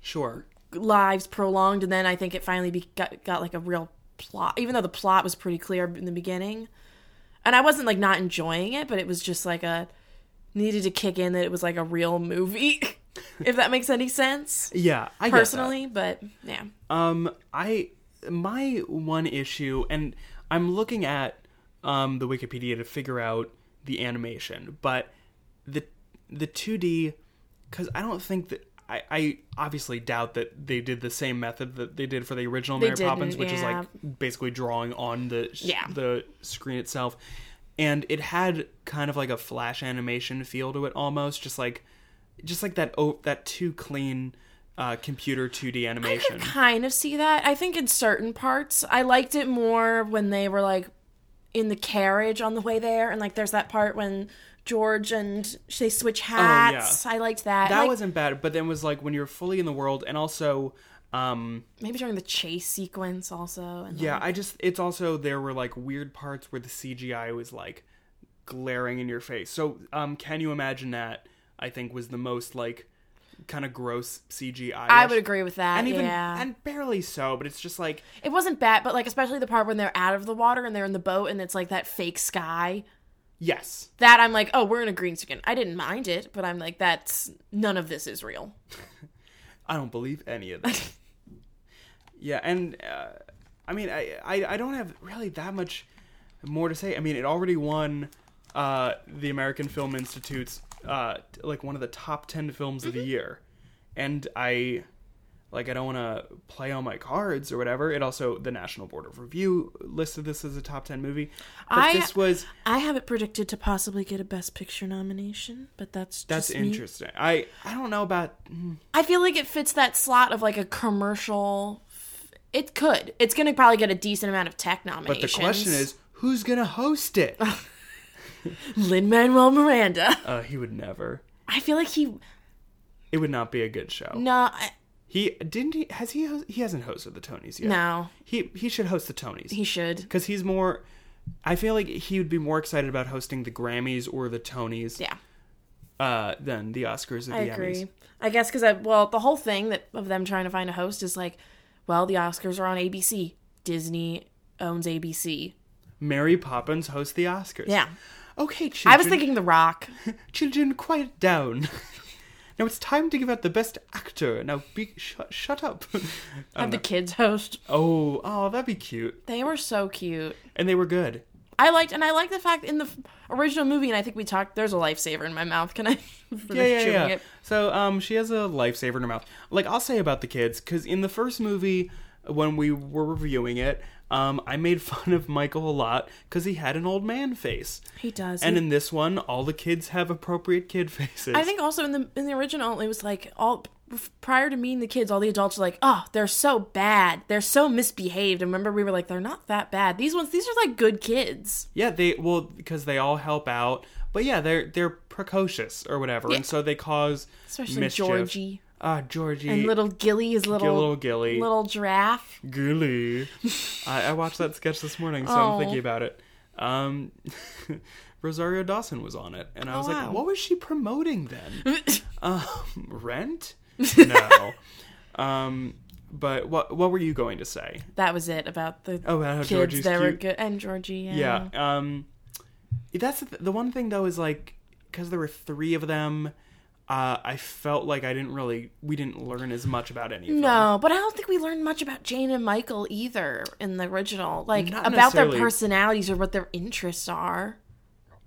[SPEAKER 1] Sure.
[SPEAKER 4] lives prolonged and then I think it finally be- got, got like a real plot even though the plot was pretty clear in the beginning. And I wasn't like not enjoying it, but it was just like a needed to kick in that it was like a real movie. if that makes any sense.
[SPEAKER 1] Yeah, I get that.
[SPEAKER 4] Personally, but yeah.
[SPEAKER 1] Um, I my one issue, and I'm looking at um the Wikipedia to figure out the animation, but the the 2D because I don't think that I, I obviously doubt that they did the same method that they did for the original Mary
[SPEAKER 4] didn't,
[SPEAKER 1] Poppins, which is
[SPEAKER 4] yeah.
[SPEAKER 1] like basically drawing on the sh-
[SPEAKER 4] Yeah.
[SPEAKER 1] the screen itself, and it had kind of like a flash animation feel to it almost, just like just like that oh that too clean. Uh, computer 2D
[SPEAKER 4] I
[SPEAKER 1] animation.
[SPEAKER 4] could kind of see that. I think in certain parts, I liked it more when they were like in the carriage on the way there, and like there's that part when George and they switch hats. I liked that.
[SPEAKER 1] Oh, that
[SPEAKER 4] Like,
[SPEAKER 1] wasn't bad but then was like when you're fully in the world and also um
[SPEAKER 4] maybe during the chase sequence also. And
[SPEAKER 1] yeah i just it's also there were like weird parts where the cgi was like glaring in your face so um can you imagine that i think was the most like kind of gross cgi
[SPEAKER 4] I would agree with that.
[SPEAKER 1] and even
[SPEAKER 4] yeah,
[SPEAKER 1] and barely so but it's just like
[SPEAKER 4] it wasn't bad, but like especially the part when they're out of the water and they're in the boat and it's like that fake sky.
[SPEAKER 1] yes
[SPEAKER 4] That I'm like, oh, we're in a green screen. I didn't mind it, but I'm like, that's none of this is real.
[SPEAKER 1] I don't believe any of that. yeah, and uh, I mean, I, I I don't have really that much more to say. I mean, it already won uh, the American Film Institute's uh, t- like one of the top ten films of
[SPEAKER 4] Mm-hmm.
[SPEAKER 1] the year, and I like I don't want to play on my cards or whatever. It also the National Board of Review listed this as a top ten movie, but
[SPEAKER 4] I-
[SPEAKER 1] this was
[SPEAKER 4] I have it predicted to possibly get a Best Picture nomination, but that's just
[SPEAKER 1] that's
[SPEAKER 4] me.
[SPEAKER 1] interesting. I I don't know about
[SPEAKER 4] I feel like it fits that slot of like a commercial. f- It could. It's going to probably get a decent amount of tech
[SPEAKER 1] but
[SPEAKER 4] nominations.
[SPEAKER 1] the question is who's gonna host it?
[SPEAKER 4] Lin Manuel Miranda.
[SPEAKER 1] uh, he would never.
[SPEAKER 4] I feel like he.
[SPEAKER 1] It would not be a good show.
[SPEAKER 4] No, I,
[SPEAKER 1] He didn't he has he hos- he hasn't hosted the Tonys yet.
[SPEAKER 4] no,
[SPEAKER 1] He he should host the Tonys.
[SPEAKER 4] he should.
[SPEAKER 1] Cuz he's more I feel like he would be more excited about hosting the Grammys or the Tonys
[SPEAKER 4] Yeah.
[SPEAKER 1] uh than the Oscars or
[SPEAKER 4] I
[SPEAKER 1] the
[SPEAKER 4] agree.
[SPEAKER 1] Emmys.
[SPEAKER 4] I guess because I well, the whole thing that of them trying to find a host is like, well, the Oscars are on ABC. Disney owns ABC.
[SPEAKER 1] Mary Poppins hosts the Oscars.
[SPEAKER 4] Yeah,
[SPEAKER 1] Okay, children.
[SPEAKER 4] I was thinking The Rock.
[SPEAKER 1] children quiet down. now it's time to give out the best actor. Now be shut, shut up.
[SPEAKER 4] Have the kids host.
[SPEAKER 1] oh, oh, that'd be cute.
[SPEAKER 4] They were so cute.
[SPEAKER 1] And they were good.
[SPEAKER 4] I liked, and I like the fact in the f- original movie, and I think we talked. There's a lifesaver in my mouth. Can I? finish
[SPEAKER 1] yeah, yeah,
[SPEAKER 4] chewing
[SPEAKER 1] yeah.
[SPEAKER 4] it?
[SPEAKER 1] So um, she has a lifesaver in her mouth. Like I'll say about the kids, because in the first movie, when we were reviewing it, um, I made fun of Michael a lot because he had an old man face,
[SPEAKER 4] He does.
[SPEAKER 1] and
[SPEAKER 4] He-
[SPEAKER 1] in this one, all the kids have appropriate kid faces.
[SPEAKER 4] I think also in the in the original, it was like all prior to meeting the kids, all the adults were like, "Oh, they're so bad. They're so misbehaved." And remember, we were like, "They're not that bad. These ones, these are like good kids."
[SPEAKER 1] yeah, they well because they all help out, but yeah, they're they're precocious or whatever,
[SPEAKER 4] Yeah.
[SPEAKER 1] and so they cause
[SPEAKER 4] Especially
[SPEAKER 1] mischief.
[SPEAKER 4] Georgie
[SPEAKER 1] Ah, Georgie
[SPEAKER 4] and little Gilly, his little
[SPEAKER 1] Little Gilly.
[SPEAKER 4] little giraffe.
[SPEAKER 1] Gilly. I, I watched that sketch this morning, so
[SPEAKER 4] Oh.
[SPEAKER 1] I'm thinking about it. Um, Rosario Dawson was on it, and I was
[SPEAKER 4] Oh, wow.
[SPEAKER 1] like, what was she promoting then? um, rent? No. um, but what what were you going to say?
[SPEAKER 4] That was it about the
[SPEAKER 1] Oh, about how
[SPEAKER 4] kids.
[SPEAKER 1] Georgie's
[SPEAKER 4] they were
[SPEAKER 1] cute.
[SPEAKER 4] good, and Georgie. Yeah.
[SPEAKER 1] Yeah. Um, that's the, the one thing though is like because there were three of them. uh, I felt like I didn't really we didn't learn as much about any of them.
[SPEAKER 4] No, but I don't think we learned much about Jane and Michael either in the original. Like
[SPEAKER 1] Not
[SPEAKER 4] about their
[SPEAKER 1] necessarily.
[SPEAKER 4] personalities or what their interests are.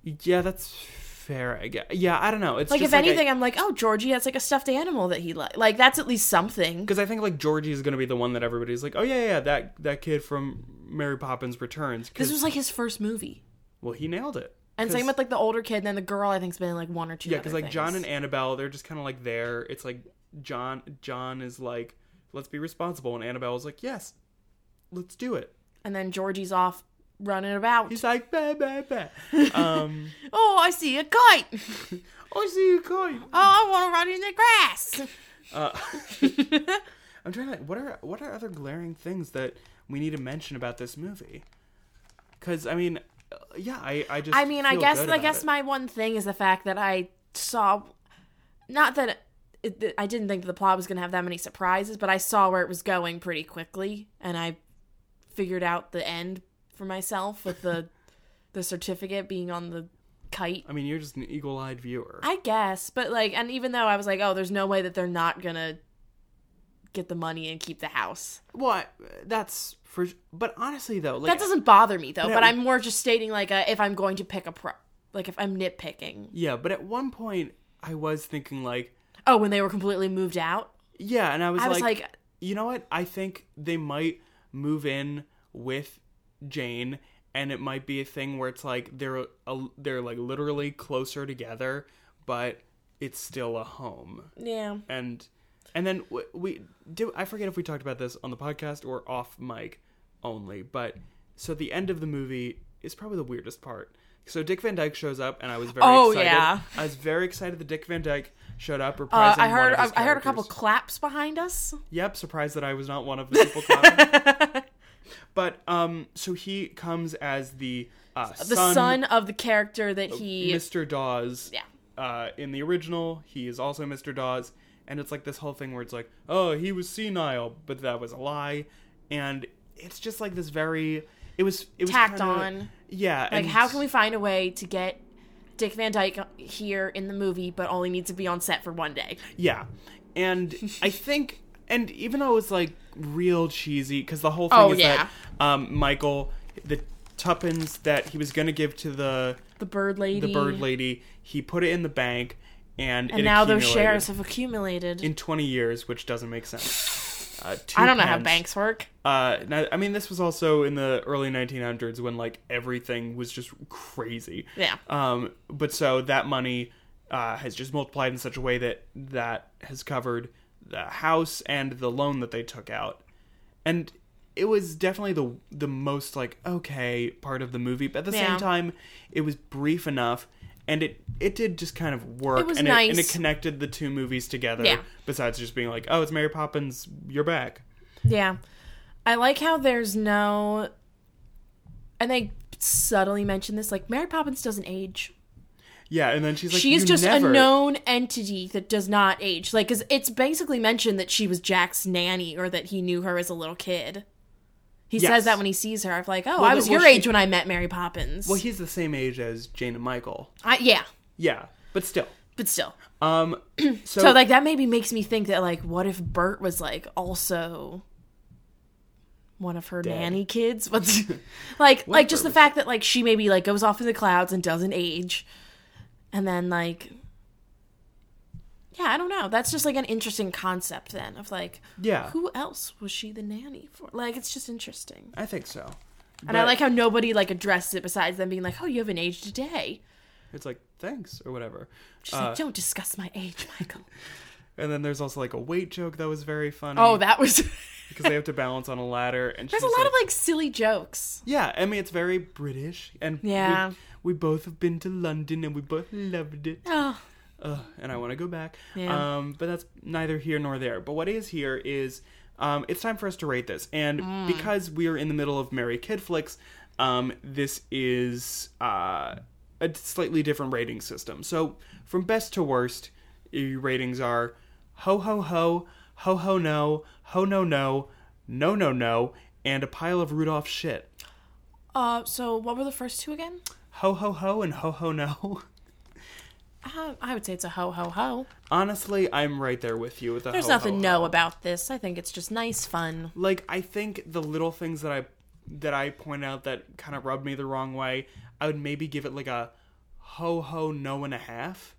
[SPEAKER 1] Yeah, that's fair. I guess. Yeah, I don't know. It's
[SPEAKER 4] Like
[SPEAKER 1] just
[SPEAKER 4] if anything,
[SPEAKER 1] I,
[SPEAKER 4] I'm like, oh, Georgie has like a stuffed animal that he like. Like that's at least something.
[SPEAKER 1] because I think like Georgie is gonna be the one that everybody's like, oh yeah, yeah, that that kid from Mary Poppins Returns. 'cause-
[SPEAKER 4] This was like his first movie,
[SPEAKER 1] well, he nailed it.
[SPEAKER 4] and same
[SPEAKER 1] 'Cause-
[SPEAKER 4] with like the older kid. And then the girl, I think's been in like one or two.
[SPEAKER 1] yeah,
[SPEAKER 4] other
[SPEAKER 1] because like John and
[SPEAKER 4] things.
[SPEAKER 1] Annabelle, they're just kind of like there. It's like John John is like, let's be responsible, and Annabelle's like, yes, let's do it.
[SPEAKER 4] and then Georgie's off running about.
[SPEAKER 1] He's like, bah, bah, bah. um,
[SPEAKER 4] oh, I see a kite.
[SPEAKER 1] I see you going.
[SPEAKER 4] Oh, I want to run in the grass.
[SPEAKER 1] Uh, I'm trying to. What are what are other glaring things that we need to mention about this movie? Because I mean, uh, yeah, I I just
[SPEAKER 4] I mean, I
[SPEAKER 1] feel
[SPEAKER 4] guess
[SPEAKER 1] good
[SPEAKER 4] I
[SPEAKER 1] about
[SPEAKER 4] guess
[SPEAKER 1] it.
[SPEAKER 4] my one thing is the fact that I saw, not that it, it- I didn't think that the plot was going to have that many surprises, but I saw where it was going pretty quickly, and I figured out the end for myself with the the certificate being on the kite.
[SPEAKER 1] I mean, you're just an eagle-eyed viewer.
[SPEAKER 4] I guess, but like, and even though I was like, oh, there's no way that they're not gonna get the money and keep the house.
[SPEAKER 1] well, I, that's for. But honestly, though, like
[SPEAKER 4] That doesn't bother me though.
[SPEAKER 1] But
[SPEAKER 4] But,
[SPEAKER 1] it-
[SPEAKER 4] I'm more just stating like a, if I'm going to pick a pro, like if I'm nitpicking.
[SPEAKER 1] yeah. But at one point, I was thinking like,
[SPEAKER 4] Oh, when they were completely moved out.
[SPEAKER 1] yeah, and I was,
[SPEAKER 4] I was
[SPEAKER 1] like,
[SPEAKER 4] like-
[SPEAKER 1] you know what? I think they might move in with Jane. And it might be a thing where it's like they're a, they're like literally closer together, but it's still a home.
[SPEAKER 4] Yeah.
[SPEAKER 1] and and then we, we do i forget if we talked about this on the podcast or off mic only but so the end of the movie is probably the weirdest part so dick van dyke shows up and i was very
[SPEAKER 4] Oh,
[SPEAKER 1] excited
[SPEAKER 4] yeah.
[SPEAKER 1] i was very excited that dick van dyke showed up reprising
[SPEAKER 4] Uh, I
[SPEAKER 1] one
[SPEAKER 4] heard
[SPEAKER 1] of his
[SPEAKER 4] I, I heard a couple
[SPEAKER 1] characters.
[SPEAKER 4] claps behind us.
[SPEAKER 1] yep surprised that i was not one of the people clapping but um so he comes as the uh,
[SPEAKER 4] The son, of the character that he
[SPEAKER 1] Mr. Dawes.
[SPEAKER 4] Yeah.
[SPEAKER 1] Uh, in the original, he is also Mr. Dawes, and it's like this whole thing where it's like, oh, he was senile, but that was a lie, and it's just like this very. It was it was
[SPEAKER 4] Tacked
[SPEAKER 1] kinda-
[SPEAKER 4] on.
[SPEAKER 1] Yeah.
[SPEAKER 4] like how can we find a way to get Dick Van Dyke here in the movie but only needs to be on set for one day.
[SPEAKER 1] Yeah, and I think, and even though it was like real cheesy, because the whole thing
[SPEAKER 4] Oh,
[SPEAKER 1] is
[SPEAKER 4] yeah.
[SPEAKER 1] that um, Michael the tuppence that he was gonna give to the
[SPEAKER 4] The bird lady.
[SPEAKER 1] the bird lady, he put it in the bank, and
[SPEAKER 4] And
[SPEAKER 1] it
[SPEAKER 4] now those
[SPEAKER 1] accumulated.
[SPEAKER 4] shares have accumulated.
[SPEAKER 1] in 20 years, which doesn't make sense. Uh, two
[SPEAKER 4] I don't know how
[SPEAKER 1] pence.
[SPEAKER 4] banks work.
[SPEAKER 1] Uh, now, I mean, this was also in the early 1900s when like everything was just crazy.
[SPEAKER 4] Yeah.
[SPEAKER 1] Um, but so that money uh, has just multiplied in such a way that that has covered the house and the loan that they took out, and it was definitely the the most like okay part of the movie. But at the
[SPEAKER 4] Yeah.
[SPEAKER 1] same time, it was brief enough. And it, it did just kind of work,
[SPEAKER 4] It was
[SPEAKER 1] and, it, and it
[SPEAKER 4] nice.
[SPEAKER 1] connected the two movies together.
[SPEAKER 4] Yeah.
[SPEAKER 1] Besides just being like, "Oh, it's Mary Poppins, you're back."
[SPEAKER 4] Yeah. I like how there's no and they subtly mention this like Mary Poppins doesn't age.
[SPEAKER 1] Yeah, and then she's like,
[SPEAKER 4] she is
[SPEAKER 1] "You
[SPEAKER 4] just
[SPEAKER 1] never...
[SPEAKER 4] a known entity that does not age. Like, 'cause it's basically mentioned that she was Jack's nanny or that he knew her as a little kid. He
[SPEAKER 1] Yes.
[SPEAKER 4] says that when he sees her. I'm like, oh, I
[SPEAKER 1] the-
[SPEAKER 4] was
[SPEAKER 1] well,
[SPEAKER 4] your
[SPEAKER 1] she-
[SPEAKER 4] age when I met Mary Poppins.
[SPEAKER 1] Well, he's the same age as Jane and Michael.
[SPEAKER 4] I, yeah,
[SPEAKER 1] Yeah, but still.
[SPEAKER 4] but still.
[SPEAKER 1] Um, so,
[SPEAKER 4] So, like, that maybe makes me think that, like, what if Bert was, like, also one of her nanny kids? What's like, like just the fact that, like, she maybe, like, goes off in the clouds and doesn't age. And then, like, yeah, I don't know. That's just, like, an interesting concept then of, like,
[SPEAKER 1] yeah,
[SPEAKER 4] who else was she the nanny for? Like, it's just interesting.
[SPEAKER 1] I think so.
[SPEAKER 4] And I like how nobody, like, addressed it besides them being like, oh, you haven't aged a day.
[SPEAKER 1] It's like thanks or whatever.
[SPEAKER 4] She's like, don't discuss my age, Michael.
[SPEAKER 1] And then there's also like a weight joke that was very funny.
[SPEAKER 4] oh, that was.
[SPEAKER 1] because they have to balance on a ladder. And
[SPEAKER 4] There's a lot of, like, silly jokes.
[SPEAKER 1] yeah. I mean, it's very British, and we-
[SPEAKER 4] Yeah.
[SPEAKER 1] we, both have been to London and we both loved it.
[SPEAKER 4] Oh.
[SPEAKER 1] Ugh, and I want to go back.
[SPEAKER 4] Yeah.
[SPEAKER 1] Um, but that's neither here nor there. But what is here is um, it's time for us to rate this. And
[SPEAKER 4] Mm.
[SPEAKER 1] because we are in the middle of Mary Kid Flicks, um, this is uh, a slightly different rating system. So from best to worst, your ratings are ho ho ho, ho ho no, ho no no, no no no, and a pile of Rudolph shit.
[SPEAKER 4] Uh, so what were the first two again?
[SPEAKER 1] Ho ho ho and ho ho no.
[SPEAKER 4] I uh, I would say it's a ho ho ho.
[SPEAKER 1] Honestly, I'm right there with you with the
[SPEAKER 4] There's
[SPEAKER 1] ho,
[SPEAKER 4] nothing
[SPEAKER 1] ho,
[SPEAKER 4] no
[SPEAKER 1] ho.
[SPEAKER 4] about this. I think it's just nice fun.
[SPEAKER 1] Like I think the little things that I that I point out that kind of rubbed me the wrong way, I would maybe give it like a ho ho no and a half.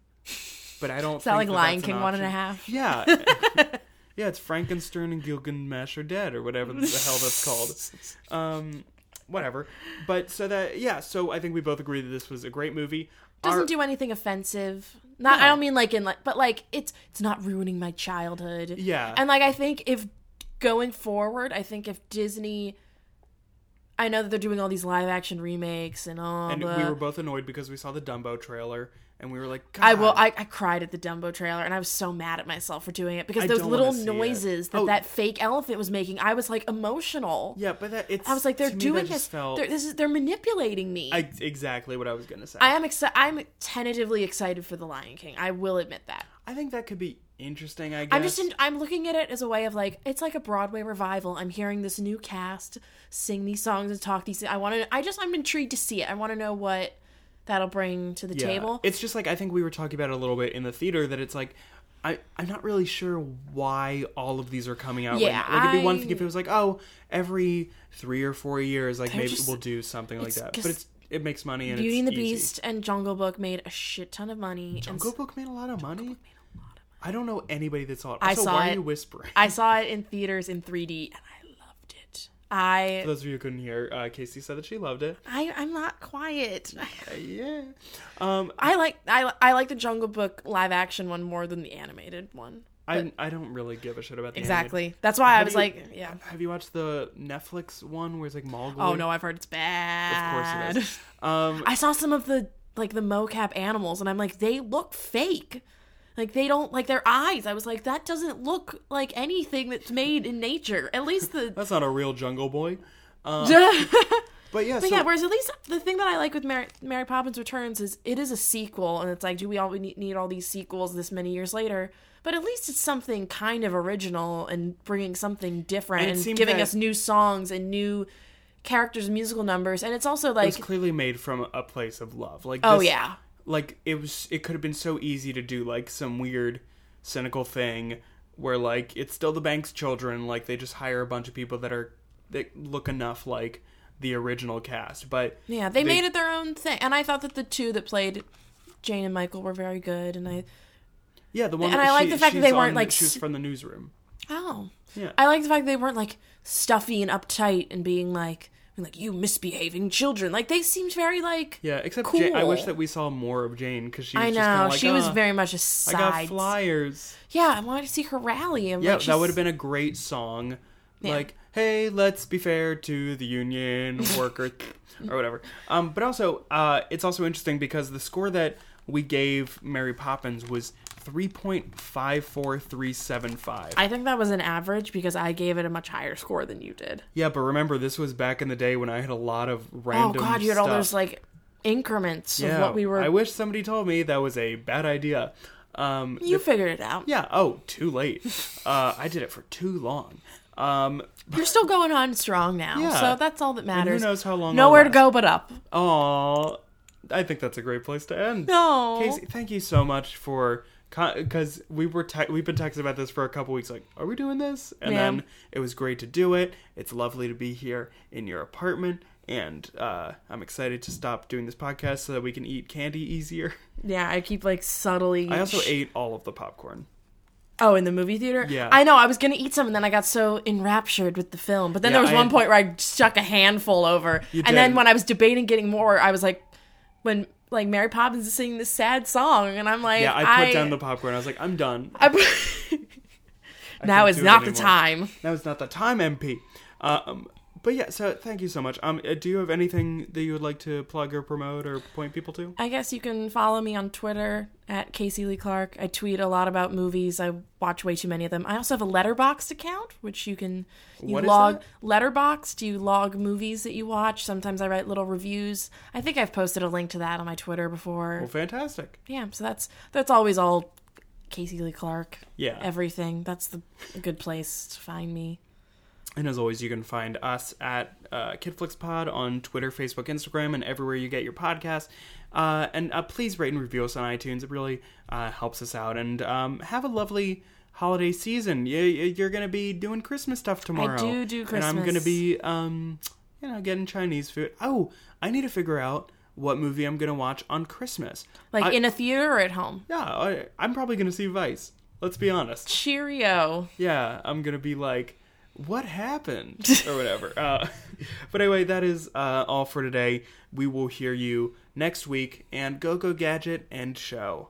[SPEAKER 1] But I don't.
[SPEAKER 4] Is that
[SPEAKER 1] think
[SPEAKER 4] like Lion
[SPEAKER 1] that's an
[SPEAKER 4] King one and a
[SPEAKER 1] option.
[SPEAKER 4] half?
[SPEAKER 1] Yeah. yeah, it's Frankenstein and Gilgamesh are dead or whatever the hell that's called. Um whatever. But so that yeah, so I think we both agree that this was a great movie.
[SPEAKER 4] Doesn't
[SPEAKER 1] Our-
[SPEAKER 4] do anything offensive. Not I don't mean like in like but like it's it's not ruining my childhood.
[SPEAKER 1] Yeah.
[SPEAKER 4] And like I think if going forward, I think if Disney I know that they're doing all these live action remakes and all
[SPEAKER 1] and
[SPEAKER 4] the
[SPEAKER 1] we were both annoyed because we saw the Dumbo trailer and we were like God,
[SPEAKER 4] I will. I, I cried at the Dumbo trailer, and I was so mad at myself for doing it because
[SPEAKER 1] I
[SPEAKER 4] those
[SPEAKER 1] don't
[SPEAKER 4] little
[SPEAKER 1] wanna see it.
[SPEAKER 4] noises that
[SPEAKER 1] Oh.
[SPEAKER 4] that fake elephant was making, I was like emotional.
[SPEAKER 1] Yeah, but that it's
[SPEAKER 4] I was like, they're
[SPEAKER 1] to me,
[SPEAKER 4] doing
[SPEAKER 1] that
[SPEAKER 4] this.
[SPEAKER 1] just Felt,
[SPEAKER 4] They're, this is they're manipulating me. I,
[SPEAKER 1] I, exactly what I was going to say.
[SPEAKER 4] am excited. I'm tentatively excited for the Lion King. I will admit that.
[SPEAKER 1] I think that could be interesting, I guess.
[SPEAKER 4] I'm just. In, I'm looking at it as a way of like it's like a Broadway revival. I'm hearing this new cast sing these songs and talk these. I want to. I just. I'm intrigued to see it. I want to know what that'll bring to the
[SPEAKER 1] Yeah.
[SPEAKER 4] table.
[SPEAKER 1] It's just like I think we were talking about it a little bit in the theater that it's like I I'm not really sure why all of these are coming out.
[SPEAKER 4] Yeah,
[SPEAKER 1] right now. like it'd be one thing if
[SPEAKER 4] I-
[SPEAKER 1] it was like oh every three or four years like maybe
[SPEAKER 4] just-
[SPEAKER 1] we'll do something like
[SPEAKER 4] it's
[SPEAKER 1] that, but
[SPEAKER 4] just-
[SPEAKER 1] it's it makes money and
[SPEAKER 4] Beauty
[SPEAKER 1] it's
[SPEAKER 4] and the
[SPEAKER 1] easy.
[SPEAKER 4] Beast and Jungle Book made a shit ton of money. and
[SPEAKER 1] Jungle Book made a lot of money. I don't know anybody that saw it.
[SPEAKER 4] I
[SPEAKER 1] Also,
[SPEAKER 4] saw
[SPEAKER 1] why
[SPEAKER 4] it.
[SPEAKER 1] are you whispering?
[SPEAKER 4] I saw it in theaters in 3D and I loved it.
[SPEAKER 1] For
[SPEAKER 4] I,
[SPEAKER 1] those of you who couldn't hear, uh, Casey said that she loved it.
[SPEAKER 4] I I'm not quiet.
[SPEAKER 1] Yeah. Um,
[SPEAKER 4] I like I I like the Jungle Book live action one more than the animated one.
[SPEAKER 1] I I don't really give a shit about the
[SPEAKER 4] Exactly.
[SPEAKER 1] animated-
[SPEAKER 4] That's why I
[SPEAKER 1] Have
[SPEAKER 4] was
[SPEAKER 1] you-
[SPEAKER 4] like, yeah.
[SPEAKER 1] Have you watched the Netflix one where it's like Mongol?
[SPEAKER 4] Oh no, I've heard it's
[SPEAKER 1] Of
[SPEAKER 4] bad.
[SPEAKER 1] course it is. Um,
[SPEAKER 4] I saw some of the like the mocap animals and I'm like they look fake. Like they don't like their eyes. I was like that doesn't look like anything that's made in nature. At least the
[SPEAKER 1] that's not a real Jungle Boy. Uh, But yeah,
[SPEAKER 4] But
[SPEAKER 1] so
[SPEAKER 4] yeah, whereas at least the thing that I like with Mary, Mary Poppins Returns is it is a sequel, and it's like, do we all we need, need all these sequels this many years later? But at least it's something kind of original and bringing something different
[SPEAKER 1] And it
[SPEAKER 4] and,
[SPEAKER 1] seemed
[SPEAKER 4] giving
[SPEAKER 1] that-
[SPEAKER 4] us new songs and new characters, and musical numbers, and it's also
[SPEAKER 1] it
[SPEAKER 4] like,
[SPEAKER 1] was clearly made from a place of love. Like
[SPEAKER 4] oh
[SPEAKER 1] this-
[SPEAKER 4] yeah,
[SPEAKER 1] like it was. It could have been so easy to do like some weird, cynical thing where like it's still the bank's children. Like they just hire a bunch of people that are that look enough like the original cast. But
[SPEAKER 4] yeah, they, made it their own thing, and I thought that the two that played Jane and Michael were very good, and I
[SPEAKER 1] Yeah, the one.
[SPEAKER 4] And
[SPEAKER 1] that
[SPEAKER 4] I like
[SPEAKER 1] she-
[SPEAKER 4] the fact that
[SPEAKER 1] she's
[SPEAKER 4] they weren't,
[SPEAKER 1] on-
[SPEAKER 4] like,
[SPEAKER 1] she was
[SPEAKER 4] s-
[SPEAKER 1] from the newsroom.
[SPEAKER 4] Oh.
[SPEAKER 1] Yeah.
[SPEAKER 4] I like the fact they weren't like stuffy and uptight and being like being like you misbehaving children. Like they seemed very like
[SPEAKER 1] Yeah, except Jane, I wish
[SPEAKER 4] Cool.
[SPEAKER 1] that we saw more of Jane because she. Was
[SPEAKER 4] I
[SPEAKER 1] just kinda
[SPEAKER 4] know
[SPEAKER 1] like,
[SPEAKER 4] she was
[SPEAKER 1] "Ah,
[SPEAKER 4] very much a
[SPEAKER 1] I got
[SPEAKER 4] side.
[SPEAKER 1] flyers.
[SPEAKER 4] yeah, I wanted to see her rally. I'm
[SPEAKER 1] Yeah,
[SPEAKER 4] like,
[SPEAKER 1] that
[SPEAKER 4] she's-
[SPEAKER 1] would have been a great song. Like, hey, let's be fair to the union worker or whatever. Um, but also, uh, it's also interesting because the score that we gave Mary Poppins was three point five four three seven five.
[SPEAKER 4] I think that was an average because I gave it a much higher score than you did.
[SPEAKER 1] Yeah, but remember, this was back in the day when I had a lot of
[SPEAKER 4] Oh
[SPEAKER 1] random.
[SPEAKER 4] God, you had all
[SPEAKER 1] stuff.
[SPEAKER 4] those like increments
[SPEAKER 1] Yeah,
[SPEAKER 4] of what we were.
[SPEAKER 1] I wish somebody told me that was a bad idea. Um,
[SPEAKER 4] you figured it out.
[SPEAKER 1] yeah. Oh, too late. Uh, I did it for too long. Um,
[SPEAKER 4] You're still going on strong now,
[SPEAKER 1] Yeah.
[SPEAKER 4] so that's all that matters.
[SPEAKER 1] knows how long I'll
[SPEAKER 4] Nowhere to
[SPEAKER 1] last.
[SPEAKER 4] go but up.
[SPEAKER 1] Aw, I think that's a great place to end.
[SPEAKER 4] No.
[SPEAKER 1] Casey, thank you so much for because we were te- we've been texting about this for a couple weeks. Like, are we doing this? And
[SPEAKER 4] Yeah.
[SPEAKER 1] then it was great to do it. It's lovely to be here in your apartment, and uh, I'm excited to stop doing this podcast so that we can eat candy easier.
[SPEAKER 4] Yeah, I keep like subtly.
[SPEAKER 1] I also ate all of the popcorn.
[SPEAKER 4] Oh, in the movie theater?
[SPEAKER 1] Yeah.
[SPEAKER 4] I know, I was going to eat some and then I got so enraptured with the film. But then
[SPEAKER 1] Yeah,
[SPEAKER 4] there was
[SPEAKER 1] I
[SPEAKER 4] one
[SPEAKER 1] had-
[SPEAKER 4] point where I stuck a handful over.
[SPEAKER 1] You
[SPEAKER 4] and then
[SPEAKER 1] did.
[SPEAKER 4] when I was debating getting more, I was like, when like Mary Poppins is singing this sad song and I'm like,
[SPEAKER 1] Yeah, I put down the popcorn. I was like, I'm done.
[SPEAKER 4] I put- now
[SPEAKER 1] can't
[SPEAKER 4] is
[SPEAKER 1] do it
[SPEAKER 4] not the
[SPEAKER 1] anymore.
[SPEAKER 4] time.
[SPEAKER 1] Now it's not the time, MP. Um, but yeah, so thank you so much. Um, uh, do you have anything that you would like to plug or promote or point people to?
[SPEAKER 4] I guess you can follow me on Twitter at Casey Lee Clark. I tweet a lot about movies. I watch way too many of them. I also have a Letterboxd account, which you can you
[SPEAKER 1] What is
[SPEAKER 4] log
[SPEAKER 1] that?
[SPEAKER 4] Letterboxd. You log movies that you watch. Sometimes I write little reviews. I think I've posted a link to that on my Twitter before.
[SPEAKER 1] Well, fantastic.
[SPEAKER 4] yeah, so that's that's always all Casey Lee Clark.
[SPEAKER 1] Yeah.
[SPEAKER 4] everything. That's the a good place to find me.
[SPEAKER 1] And as always, you can find us at uh, KidFlixPod on Twitter, Facebook, Instagram, and everywhere you get your podcast. Uh, and uh, please rate and review us on iTunes. It really uh, helps us out. And um, have a lovely holiday season. You, you're going to be doing Christmas stuff tomorrow.
[SPEAKER 4] do do
[SPEAKER 1] And I'm going to
[SPEAKER 4] Christmas.
[SPEAKER 1] be, um, you know, getting Chinese food. Oh, I need to figure out what movie I'm going to watch on Christmas.
[SPEAKER 4] Like
[SPEAKER 1] I-
[SPEAKER 4] in a theater or at home.
[SPEAKER 1] Yeah, I, I'm probably going to see Vice. Let's be honest
[SPEAKER 4] Cheerio.
[SPEAKER 1] yeah, I'm gonna be like, what happened or whatever. Uh, but anyway, that is uh, all for today. We will hear you next week, and go go gadget and show.